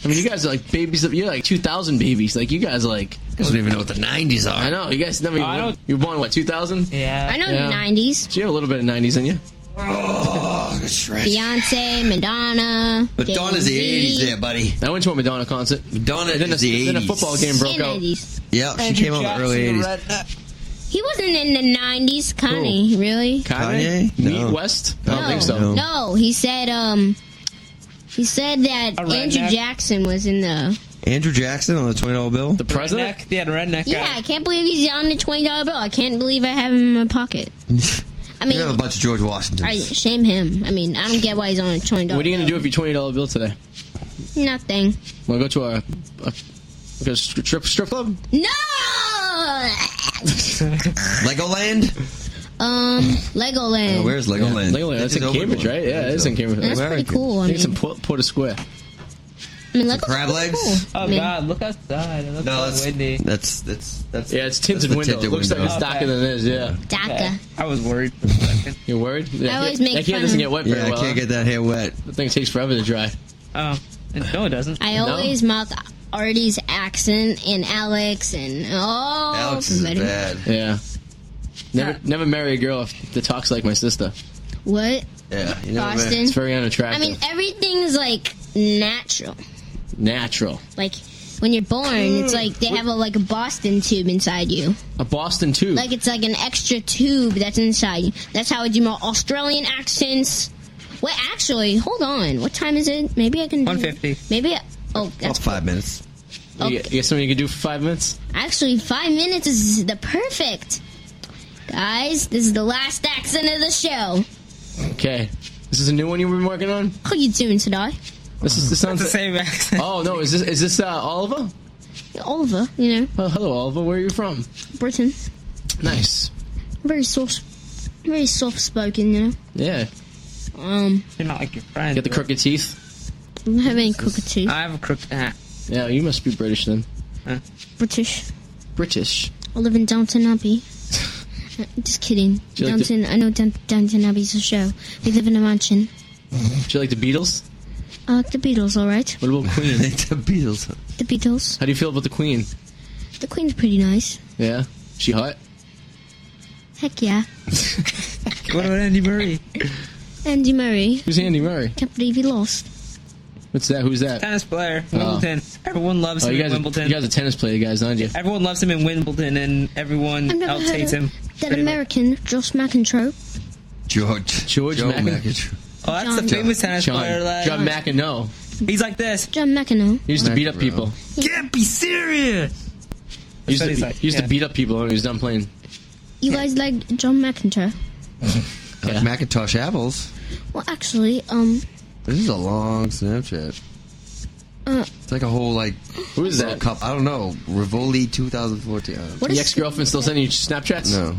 [SPEAKER 7] I mean, you guys are like babies. Of, you're like 2000 babies. Like you guys, are like
[SPEAKER 6] I don't even know what the '90s
[SPEAKER 7] I
[SPEAKER 6] are.
[SPEAKER 7] know you guys never.
[SPEAKER 8] Oh, I
[SPEAKER 7] even
[SPEAKER 8] don't-
[SPEAKER 7] you were born what 2000? So
[SPEAKER 8] Yeah.
[SPEAKER 9] I know
[SPEAKER 7] Yeah.
[SPEAKER 9] the 90s.
[SPEAKER 7] you have a little bit of 90s in you.
[SPEAKER 6] Oh, that's right.
[SPEAKER 9] Beyonce, Madonna.
[SPEAKER 6] Madonna's the
[SPEAKER 9] Jay-Z,
[SPEAKER 6] '80s, there, buddy.
[SPEAKER 7] I went to a Madonna concert.
[SPEAKER 6] Madonna
[SPEAKER 7] And then
[SPEAKER 6] is the
[SPEAKER 7] a, then a
[SPEAKER 6] '80s.
[SPEAKER 7] football game broke
[SPEAKER 9] and
[SPEAKER 7] out.
[SPEAKER 9] 90s.
[SPEAKER 6] Yeah, she came out in the early '80s.
[SPEAKER 9] He wasn't in the 90s, Connie. Really?
[SPEAKER 6] Kanye?
[SPEAKER 7] Kanye?
[SPEAKER 6] No.
[SPEAKER 7] Meet West? I don't
[SPEAKER 9] no.
[SPEAKER 7] think so.
[SPEAKER 6] No.
[SPEAKER 9] No, he said, um, he said that
[SPEAKER 8] A redneck.
[SPEAKER 9] Andrew Jackson was in the.
[SPEAKER 6] Andrew Jackson on the twenty dollar bill.
[SPEAKER 7] The president?
[SPEAKER 8] Redneck. Yeah, the redneck
[SPEAKER 9] Yeah, I
[SPEAKER 8] guy.
[SPEAKER 9] can't believe he's on the twenty dollar bill. I can't believe I have him in my pocket. I
[SPEAKER 6] We have a
[SPEAKER 9] mean,
[SPEAKER 6] bunch of George Washingtons.
[SPEAKER 9] I shame him. I mean, I don't get why he's on a twenty dollar.
[SPEAKER 7] What are you gonna do with your twenty dollar bill today?
[SPEAKER 9] do? Nothing.
[SPEAKER 7] Wanna go to a, a, like a strip strip club?
[SPEAKER 9] No.
[SPEAKER 6] Legoland.
[SPEAKER 9] um, Legoland.
[SPEAKER 6] Oh, where's Legoland?
[SPEAKER 7] Legoland. That's
[SPEAKER 6] It's
[SPEAKER 7] in
[SPEAKER 6] open
[SPEAKER 7] Cambridge,
[SPEAKER 6] one.
[SPEAKER 7] right? Yeah, it's in Cambridge.
[SPEAKER 9] That's
[SPEAKER 7] I
[SPEAKER 9] pretty cool. I
[SPEAKER 7] think
[SPEAKER 9] mean,
[SPEAKER 7] it's in Port, Porter Square.
[SPEAKER 9] I mean, Legoland's
[SPEAKER 6] crab
[SPEAKER 9] pretty
[SPEAKER 6] legs?
[SPEAKER 9] cool. I
[SPEAKER 8] Oh
[SPEAKER 9] mean,
[SPEAKER 8] God, look outside. It looks
[SPEAKER 6] No,
[SPEAKER 8] so
[SPEAKER 6] that's
[SPEAKER 8] windy.
[SPEAKER 6] that's that's that's.
[SPEAKER 7] Yeah, it's
[SPEAKER 6] That's
[SPEAKER 7] tinted
[SPEAKER 6] the
[SPEAKER 7] window.
[SPEAKER 6] tinted
[SPEAKER 7] It looks like
[SPEAKER 6] window.
[SPEAKER 7] it's darker than it is. Yeah,
[SPEAKER 9] DACA.
[SPEAKER 8] I was worried. For a second.
[SPEAKER 7] you worried? Yeah,
[SPEAKER 9] always
[SPEAKER 7] that
[SPEAKER 9] make
[SPEAKER 7] hair
[SPEAKER 9] fun
[SPEAKER 7] doesn't
[SPEAKER 9] of-
[SPEAKER 7] get wet very
[SPEAKER 6] Yeah, I
[SPEAKER 7] well.
[SPEAKER 6] can't get that hair wet.
[SPEAKER 7] the thing takes forever to dry.
[SPEAKER 8] Oh, no, it doesn't.
[SPEAKER 9] I always mouth Artie's accent and Alex and oh,
[SPEAKER 6] Alex is
[SPEAKER 9] everybody.
[SPEAKER 6] bad.
[SPEAKER 7] Yeah. Never,
[SPEAKER 9] Yeah.
[SPEAKER 7] never marry a girl that talks like my sister.
[SPEAKER 9] What?
[SPEAKER 6] Yeah, you know what I mean?
[SPEAKER 9] Boston.
[SPEAKER 7] It's very
[SPEAKER 9] I
[SPEAKER 7] unattractive.
[SPEAKER 9] mean, everything's like natural.
[SPEAKER 7] Natural.
[SPEAKER 9] Like when you're born, it's like they have a like a Boston tube inside you.
[SPEAKER 7] A Boston too.
[SPEAKER 9] Like it's like an extra tube that's inside you. That's how I do my Australian accents. Wait, actually, hold on. What time is it? Maybe I can. do-
[SPEAKER 8] 1:50.
[SPEAKER 9] Maybe. I, oh,
[SPEAKER 6] That's
[SPEAKER 9] that's
[SPEAKER 6] five minutes.
[SPEAKER 7] you, get, you get something you can do for five minutes.
[SPEAKER 9] actually five minutes is the perfect. Guys, this is the last accent of the show.
[SPEAKER 7] Okay. This is a new one you've been working on.
[SPEAKER 9] How you doing today,
[SPEAKER 7] This is this sounds.
[SPEAKER 8] It's the same accent.
[SPEAKER 7] Oh no! Is this is this uh, Oliver?
[SPEAKER 9] Oliver? You know,
[SPEAKER 7] Oh, hello, Oliver. Where are you from?
[SPEAKER 9] Britain.
[SPEAKER 7] Nice.
[SPEAKER 9] Very soft, very soft spoken. You
[SPEAKER 7] Yeah.
[SPEAKER 9] know, um,
[SPEAKER 8] You're not like your friend.
[SPEAKER 7] Get the crooked teeth.
[SPEAKER 9] I don't have any crooked teeth.
[SPEAKER 8] I have a crooked. Ah.
[SPEAKER 7] Yeah, you must be British then.
[SPEAKER 9] British.
[SPEAKER 7] British.
[SPEAKER 9] I live in Downton Abbey. Just kidding.
[SPEAKER 7] you like
[SPEAKER 9] Downton, I know Down, Downton Abbey's a show. We live in a mansion.
[SPEAKER 7] Do you like the Beatles?
[SPEAKER 9] Uh, the Beatles, all right.
[SPEAKER 7] What about Queen?
[SPEAKER 6] the Beatles.
[SPEAKER 9] The Beatles.
[SPEAKER 7] How do you feel about the Queen?
[SPEAKER 9] The Queen's pretty nice.
[SPEAKER 7] Yeah, she hot.
[SPEAKER 9] Heck yeah.
[SPEAKER 8] What about Andy Murray?
[SPEAKER 9] Andy Murray.
[SPEAKER 7] Who's Andy Murray?
[SPEAKER 9] Can't believe he lost.
[SPEAKER 7] What's that? Who's that?
[SPEAKER 8] Tennis player. Wimbledon. Everyone loves
[SPEAKER 7] Oh,
[SPEAKER 8] him
[SPEAKER 7] you
[SPEAKER 8] in
[SPEAKER 7] guys,
[SPEAKER 8] Wimbledon.
[SPEAKER 7] you guys are tennis player guys, aren't you?
[SPEAKER 8] everyone loves him in Wimbledon, and
[SPEAKER 9] I've
[SPEAKER 8] everyone
[SPEAKER 9] never
[SPEAKER 8] else
[SPEAKER 9] heard
[SPEAKER 8] hates
[SPEAKER 9] of
[SPEAKER 8] him.
[SPEAKER 9] That
[SPEAKER 8] Pretty much.
[SPEAKER 9] American, Josh McEntroe.
[SPEAKER 6] George.
[SPEAKER 7] George
[SPEAKER 6] Joe
[SPEAKER 7] Macken-
[SPEAKER 6] McEntro-
[SPEAKER 8] Oh, that's the
[SPEAKER 9] John-
[SPEAKER 8] famous tennis
[SPEAKER 7] John,
[SPEAKER 8] player. Like,
[SPEAKER 7] John McEnroe.
[SPEAKER 8] he's like this.
[SPEAKER 9] John McEnroe.
[SPEAKER 7] He used to beat up
[SPEAKER 6] McEnroe.
[SPEAKER 7] people.
[SPEAKER 8] Can't be serious.
[SPEAKER 7] He used,
[SPEAKER 8] what
[SPEAKER 7] to,
[SPEAKER 8] he's
[SPEAKER 7] be-
[SPEAKER 8] like,
[SPEAKER 7] he used to
[SPEAKER 8] yeah.
[SPEAKER 7] beat up people when he was done playing.
[SPEAKER 9] You guys like John McEntroe?
[SPEAKER 6] Like uh, Macintosh apples.
[SPEAKER 9] Well, actually, um,
[SPEAKER 6] This is a long Snapchat.
[SPEAKER 9] Uh.
[SPEAKER 6] It's like a whole like
[SPEAKER 7] Who is that?
[SPEAKER 6] cup. I don't know. Rivoli 2014. I don't know.
[SPEAKER 9] what
[SPEAKER 7] The
[SPEAKER 9] is,
[SPEAKER 7] ex-girlfriend still sending you Snapchats?
[SPEAKER 6] No.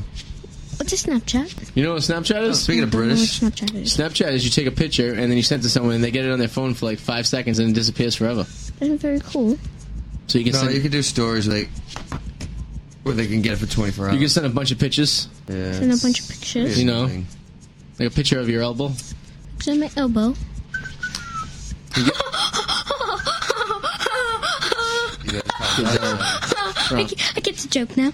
[SPEAKER 9] what's a Snapchat?
[SPEAKER 7] You know what Snapchat is?
[SPEAKER 6] Speaking of British,
[SPEAKER 9] I don't know what Snapchat is.
[SPEAKER 7] Snapchat is you take a picture and then you send it to someone and they get it on their phone for like five seconds and it disappears forever.
[SPEAKER 9] That's very cool.
[SPEAKER 7] So you can
[SPEAKER 6] no,
[SPEAKER 7] send
[SPEAKER 6] you can do stories like Where they can get it for 24 hours.
[SPEAKER 7] You can send a bunch of pitches,
[SPEAKER 6] yeah,
[SPEAKER 10] Send a
[SPEAKER 6] it's-
[SPEAKER 10] bunch of pictures.
[SPEAKER 7] You know.
[SPEAKER 6] annoying.
[SPEAKER 7] like a picture of your elbow.
[SPEAKER 10] Send my elbow. I, g- I get the joke now.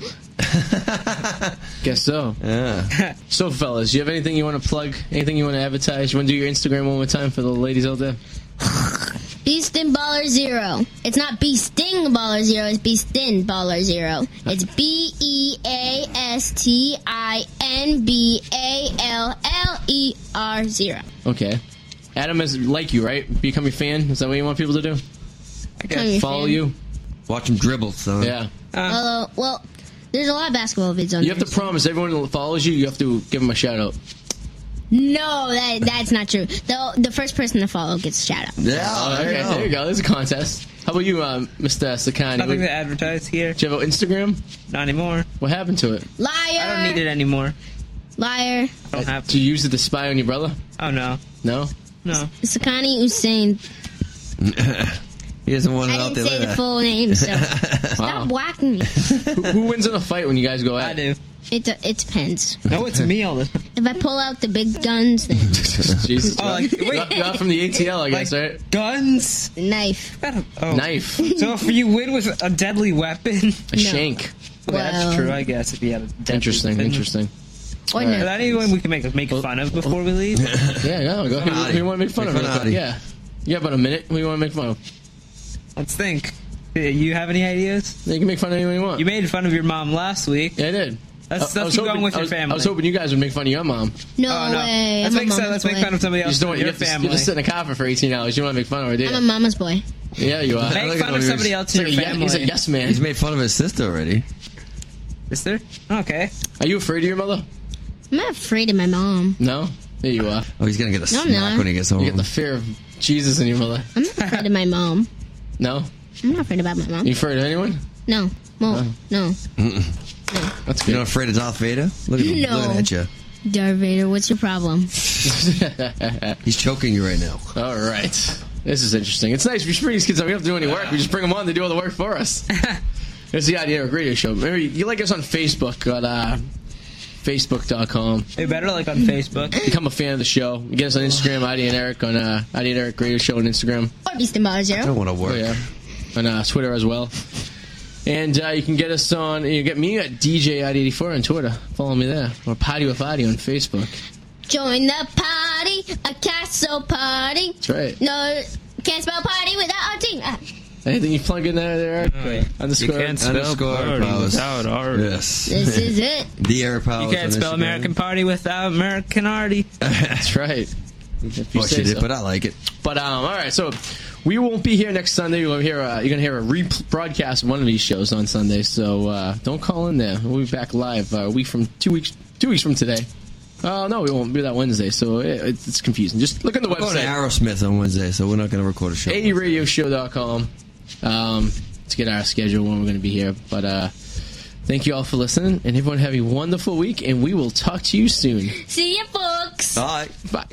[SPEAKER 7] Guess so.
[SPEAKER 6] Yeah.
[SPEAKER 7] So, fellas, do you have anything you want to plug? Anything you want to advertise? You want to do your Instagram one more time for the ladies out there?
[SPEAKER 9] Beastin Baller Zero. It's not Beasting Baller Zero, it's Beastin Baller Zero. It's B E A S T I N B A L L E R Zero.
[SPEAKER 7] Okay. Adam is like you, right? Become your fan. Is that what you want people to do? Follow you?
[SPEAKER 6] Watch them dribble, son.
[SPEAKER 7] Yeah.
[SPEAKER 8] Ah.
[SPEAKER 9] Hello. well, there's a lot of basketball vids on
[SPEAKER 7] You have to
[SPEAKER 9] here.
[SPEAKER 7] promise everyone that follows you. You have to give them a shout out.
[SPEAKER 9] No, that, that's not true. The, the first person to follow gets a shout out.
[SPEAKER 6] Yeah. Oh, there you
[SPEAKER 7] okay,
[SPEAKER 6] go.
[SPEAKER 7] there you go. There's a contest. How about you, uh, Mr. Sakani?
[SPEAKER 8] Nothing to
[SPEAKER 7] Do
[SPEAKER 8] advertise here.
[SPEAKER 7] you have an Instagram?
[SPEAKER 8] Not anymore.
[SPEAKER 7] What happened to it?
[SPEAKER 9] Liar!
[SPEAKER 8] I don't
[SPEAKER 9] Uh,
[SPEAKER 8] need it anymore.
[SPEAKER 9] Liar.
[SPEAKER 8] I don't have
[SPEAKER 7] uh, Do
[SPEAKER 8] to.
[SPEAKER 7] you use it to spy on your brother?
[SPEAKER 8] Oh no,
[SPEAKER 7] No.
[SPEAKER 8] no.
[SPEAKER 9] Sakani Hussein.
[SPEAKER 6] He doesn't want
[SPEAKER 9] I
[SPEAKER 6] it out
[SPEAKER 9] didn't
[SPEAKER 6] there.
[SPEAKER 9] say
[SPEAKER 6] Look
[SPEAKER 9] the
[SPEAKER 6] at
[SPEAKER 9] full name, so
[SPEAKER 7] Wow.
[SPEAKER 9] stop whacking me.
[SPEAKER 7] who, who wins in a fight when you guys go at?
[SPEAKER 8] I do.
[SPEAKER 9] It, it depends.
[SPEAKER 8] No, it's me all the time.
[SPEAKER 9] If I pull out the big guns, then
[SPEAKER 7] Jesus.
[SPEAKER 8] Oh, like,
[SPEAKER 7] You're not- you're not from the ATL, I guess, right?
[SPEAKER 8] guns.
[SPEAKER 9] knife.
[SPEAKER 8] Oh.
[SPEAKER 7] Knife,
[SPEAKER 8] So if you win with a deadly weapon,
[SPEAKER 7] a shank.
[SPEAKER 8] Okay, that's
[SPEAKER 9] Well.
[SPEAKER 8] true. I guess if you had a deadly
[SPEAKER 7] Interesting.
[SPEAKER 8] weapon.
[SPEAKER 7] Interesting.
[SPEAKER 9] Or
[SPEAKER 8] Is
[SPEAKER 9] knife.
[SPEAKER 8] that anyone we can make make fun of before we leave?
[SPEAKER 7] Yeah, no, go
[SPEAKER 6] Come
[SPEAKER 7] ahead.
[SPEAKER 6] on,
[SPEAKER 7] We want to make fun
[SPEAKER 6] make
[SPEAKER 7] of
[SPEAKER 6] fun
[SPEAKER 7] it.
[SPEAKER 6] of it.
[SPEAKER 7] Yeah. You got about a minute. We want to make fun of.
[SPEAKER 8] Let's think. Uh, You have any ideas?
[SPEAKER 7] You can make fun of anyone you want.
[SPEAKER 8] You made fun of your mom last week.
[SPEAKER 7] yeah, I did.
[SPEAKER 8] Let's,
[SPEAKER 7] I- I was
[SPEAKER 8] let's keep
[SPEAKER 7] hoping-
[SPEAKER 8] going with
[SPEAKER 7] I
[SPEAKER 8] your
[SPEAKER 7] was-
[SPEAKER 8] family.
[SPEAKER 7] I was hoping you guys would make fun of your mom.
[SPEAKER 9] No
[SPEAKER 8] Oh, no.
[SPEAKER 9] way.
[SPEAKER 8] Let's,
[SPEAKER 9] I'm a
[SPEAKER 8] make, so-
[SPEAKER 9] mama's
[SPEAKER 8] let's
[SPEAKER 9] boy.
[SPEAKER 8] make fun of somebody
[SPEAKER 7] You
[SPEAKER 8] else.
[SPEAKER 7] just don't.
[SPEAKER 8] but
[SPEAKER 7] You
[SPEAKER 8] your
[SPEAKER 7] have to,
[SPEAKER 8] family.
[SPEAKER 7] you're just sitting in a car for 18 hours. You want to make fun of her, do
[SPEAKER 9] I'm a
[SPEAKER 7] you?
[SPEAKER 9] mama's boy.
[SPEAKER 7] Yeah, you are.
[SPEAKER 8] Make
[SPEAKER 6] him
[SPEAKER 8] fun
[SPEAKER 6] over
[SPEAKER 8] of
[SPEAKER 6] here.
[SPEAKER 8] somebody else in your
[SPEAKER 7] He's like a ye-
[SPEAKER 8] family.
[SPEAKER 7] he's a yes
[SPEAKER 6] it.
[SPEAKER 7] man.
[SPEAKER 6] He's made fun of his sister already.
[SPEAKER 8] Is there? Okay.
[SPEAKER 7] Are you afraid of your mother?
[SPEAKER 9] I'm not afraid of my mom.
[SPEAKER 7] No. There you are.
[SPEAKER 6] Oh, he's gonna get a
[SPEAKER 9] No, I'm
[SPEAKER 6] smack
[SPEAKER 9] not.
[SPEAKER 6] when he gets home.
[SPEAKER 7] You got
[SPEAKER 9] Oh.
[SPEAKER 7] the fear of Jesus in your mother.
[SPEAKER 9] I'm not afraid of my mom.
[SPEAKER 7] No.
[SPEAKER 9] I'm not afraid about my mom.
[SPEAKER 7] You afraid of anyone?
[SPEAKER 9] No. Well, no.
[SPEAKER 7] That's
[SPEAKER 6] You're not
[SPEAKER 7] good.
[SPEAKER 6] afraid of Darth Vader? Look at him
[SPEAKER 9] No.
[SPEAKER 6] looking at you.
[SPEAKER 9] Darth Vader, what's your problem?
[SPEAKER 6] He's choking you right now.
[SPEAKER 7] All right. This is interesting. It's nice. We should bring these kids on. We don't have to do any work. We just bring them on. They do all the work for us. That's the idea of a radio show. Maybe you like us on Facebook at uh, facebook.com.
[SPEAKER 8] You better like on Facebook.
[SPEAKER 7] Become a fan of the show. Get us on Instagram, ID and Eric, on uh, ID and Eric Radio Show on Instagram.
[SPEAKER 9] Or Beast and Baller
[SPEAKER 6] I don't
[SPEAKER 9] Zero.
[SPEAKER 6] want to work.
[SPEAKER 7] Oh, yeah. On uh, Twitter as well. And uh, you can get us on, you get me at DJ ID84 on Twitter. Follow me there. Or Potty with Adi on Facebook.
[SPEAKER 9] Join the party, a castle party.
[SPEAKER 7] That's right.
[SPEAKER 9] No, can't spell party without our team. Ah,
[SPEAKER 7] Anything you plug in there, there, Eric?
[SPEAKER 6] Oh,
[SPEAKER 8] yeah.
[SPEAKER 7] Underscore.
[SPEAKER 6] Underscore powers. Yes.
[SPEAKER 9] this is it.
[SPEAKER 6] The air powers.
[SPEAKER 8] You can't
[SPEAKER 6] on
[SPEAKER 8] spell
[SPEAKER 6] Instagram.
[SPEAKER 8] American Party without American Arty.
[SPEAKER 7] That's right. If you
[SPEAKER 6] Well,
[SPEAKER 7] say
[SPEAKER 6] she did,
[SPEAKER 7] so.
[SPEAKER 6] but I like it.
[SPEAKER 7] But um, all right, so we won't be here next Sunday. You'll hear uh, you're gonna hear a rebroadcast of one of these shows on Sunday. So uh, don't call in there. We'll be back live uh, a week from two weeks two weeks from today. Oh no, we won't be that Wednesday. So it, it's, it's confusing. Just look on the
[SPEAKER 6] We're going to
[SPEAKER 7] website E
[SPEAKER 6] Aerosmith on Wednesday, so we're not going to record a show.
[SPEAKER 7] aeradioshow.com um, to get our schedule when we're gonna be here. But uh, thank you all for listening, and everyone have a wonderful week. And we will talk to you soon.
[SPEAKER 9] See you, folks.
[SPEAKER 6] Bye.
[SPEAKER 7] Bye.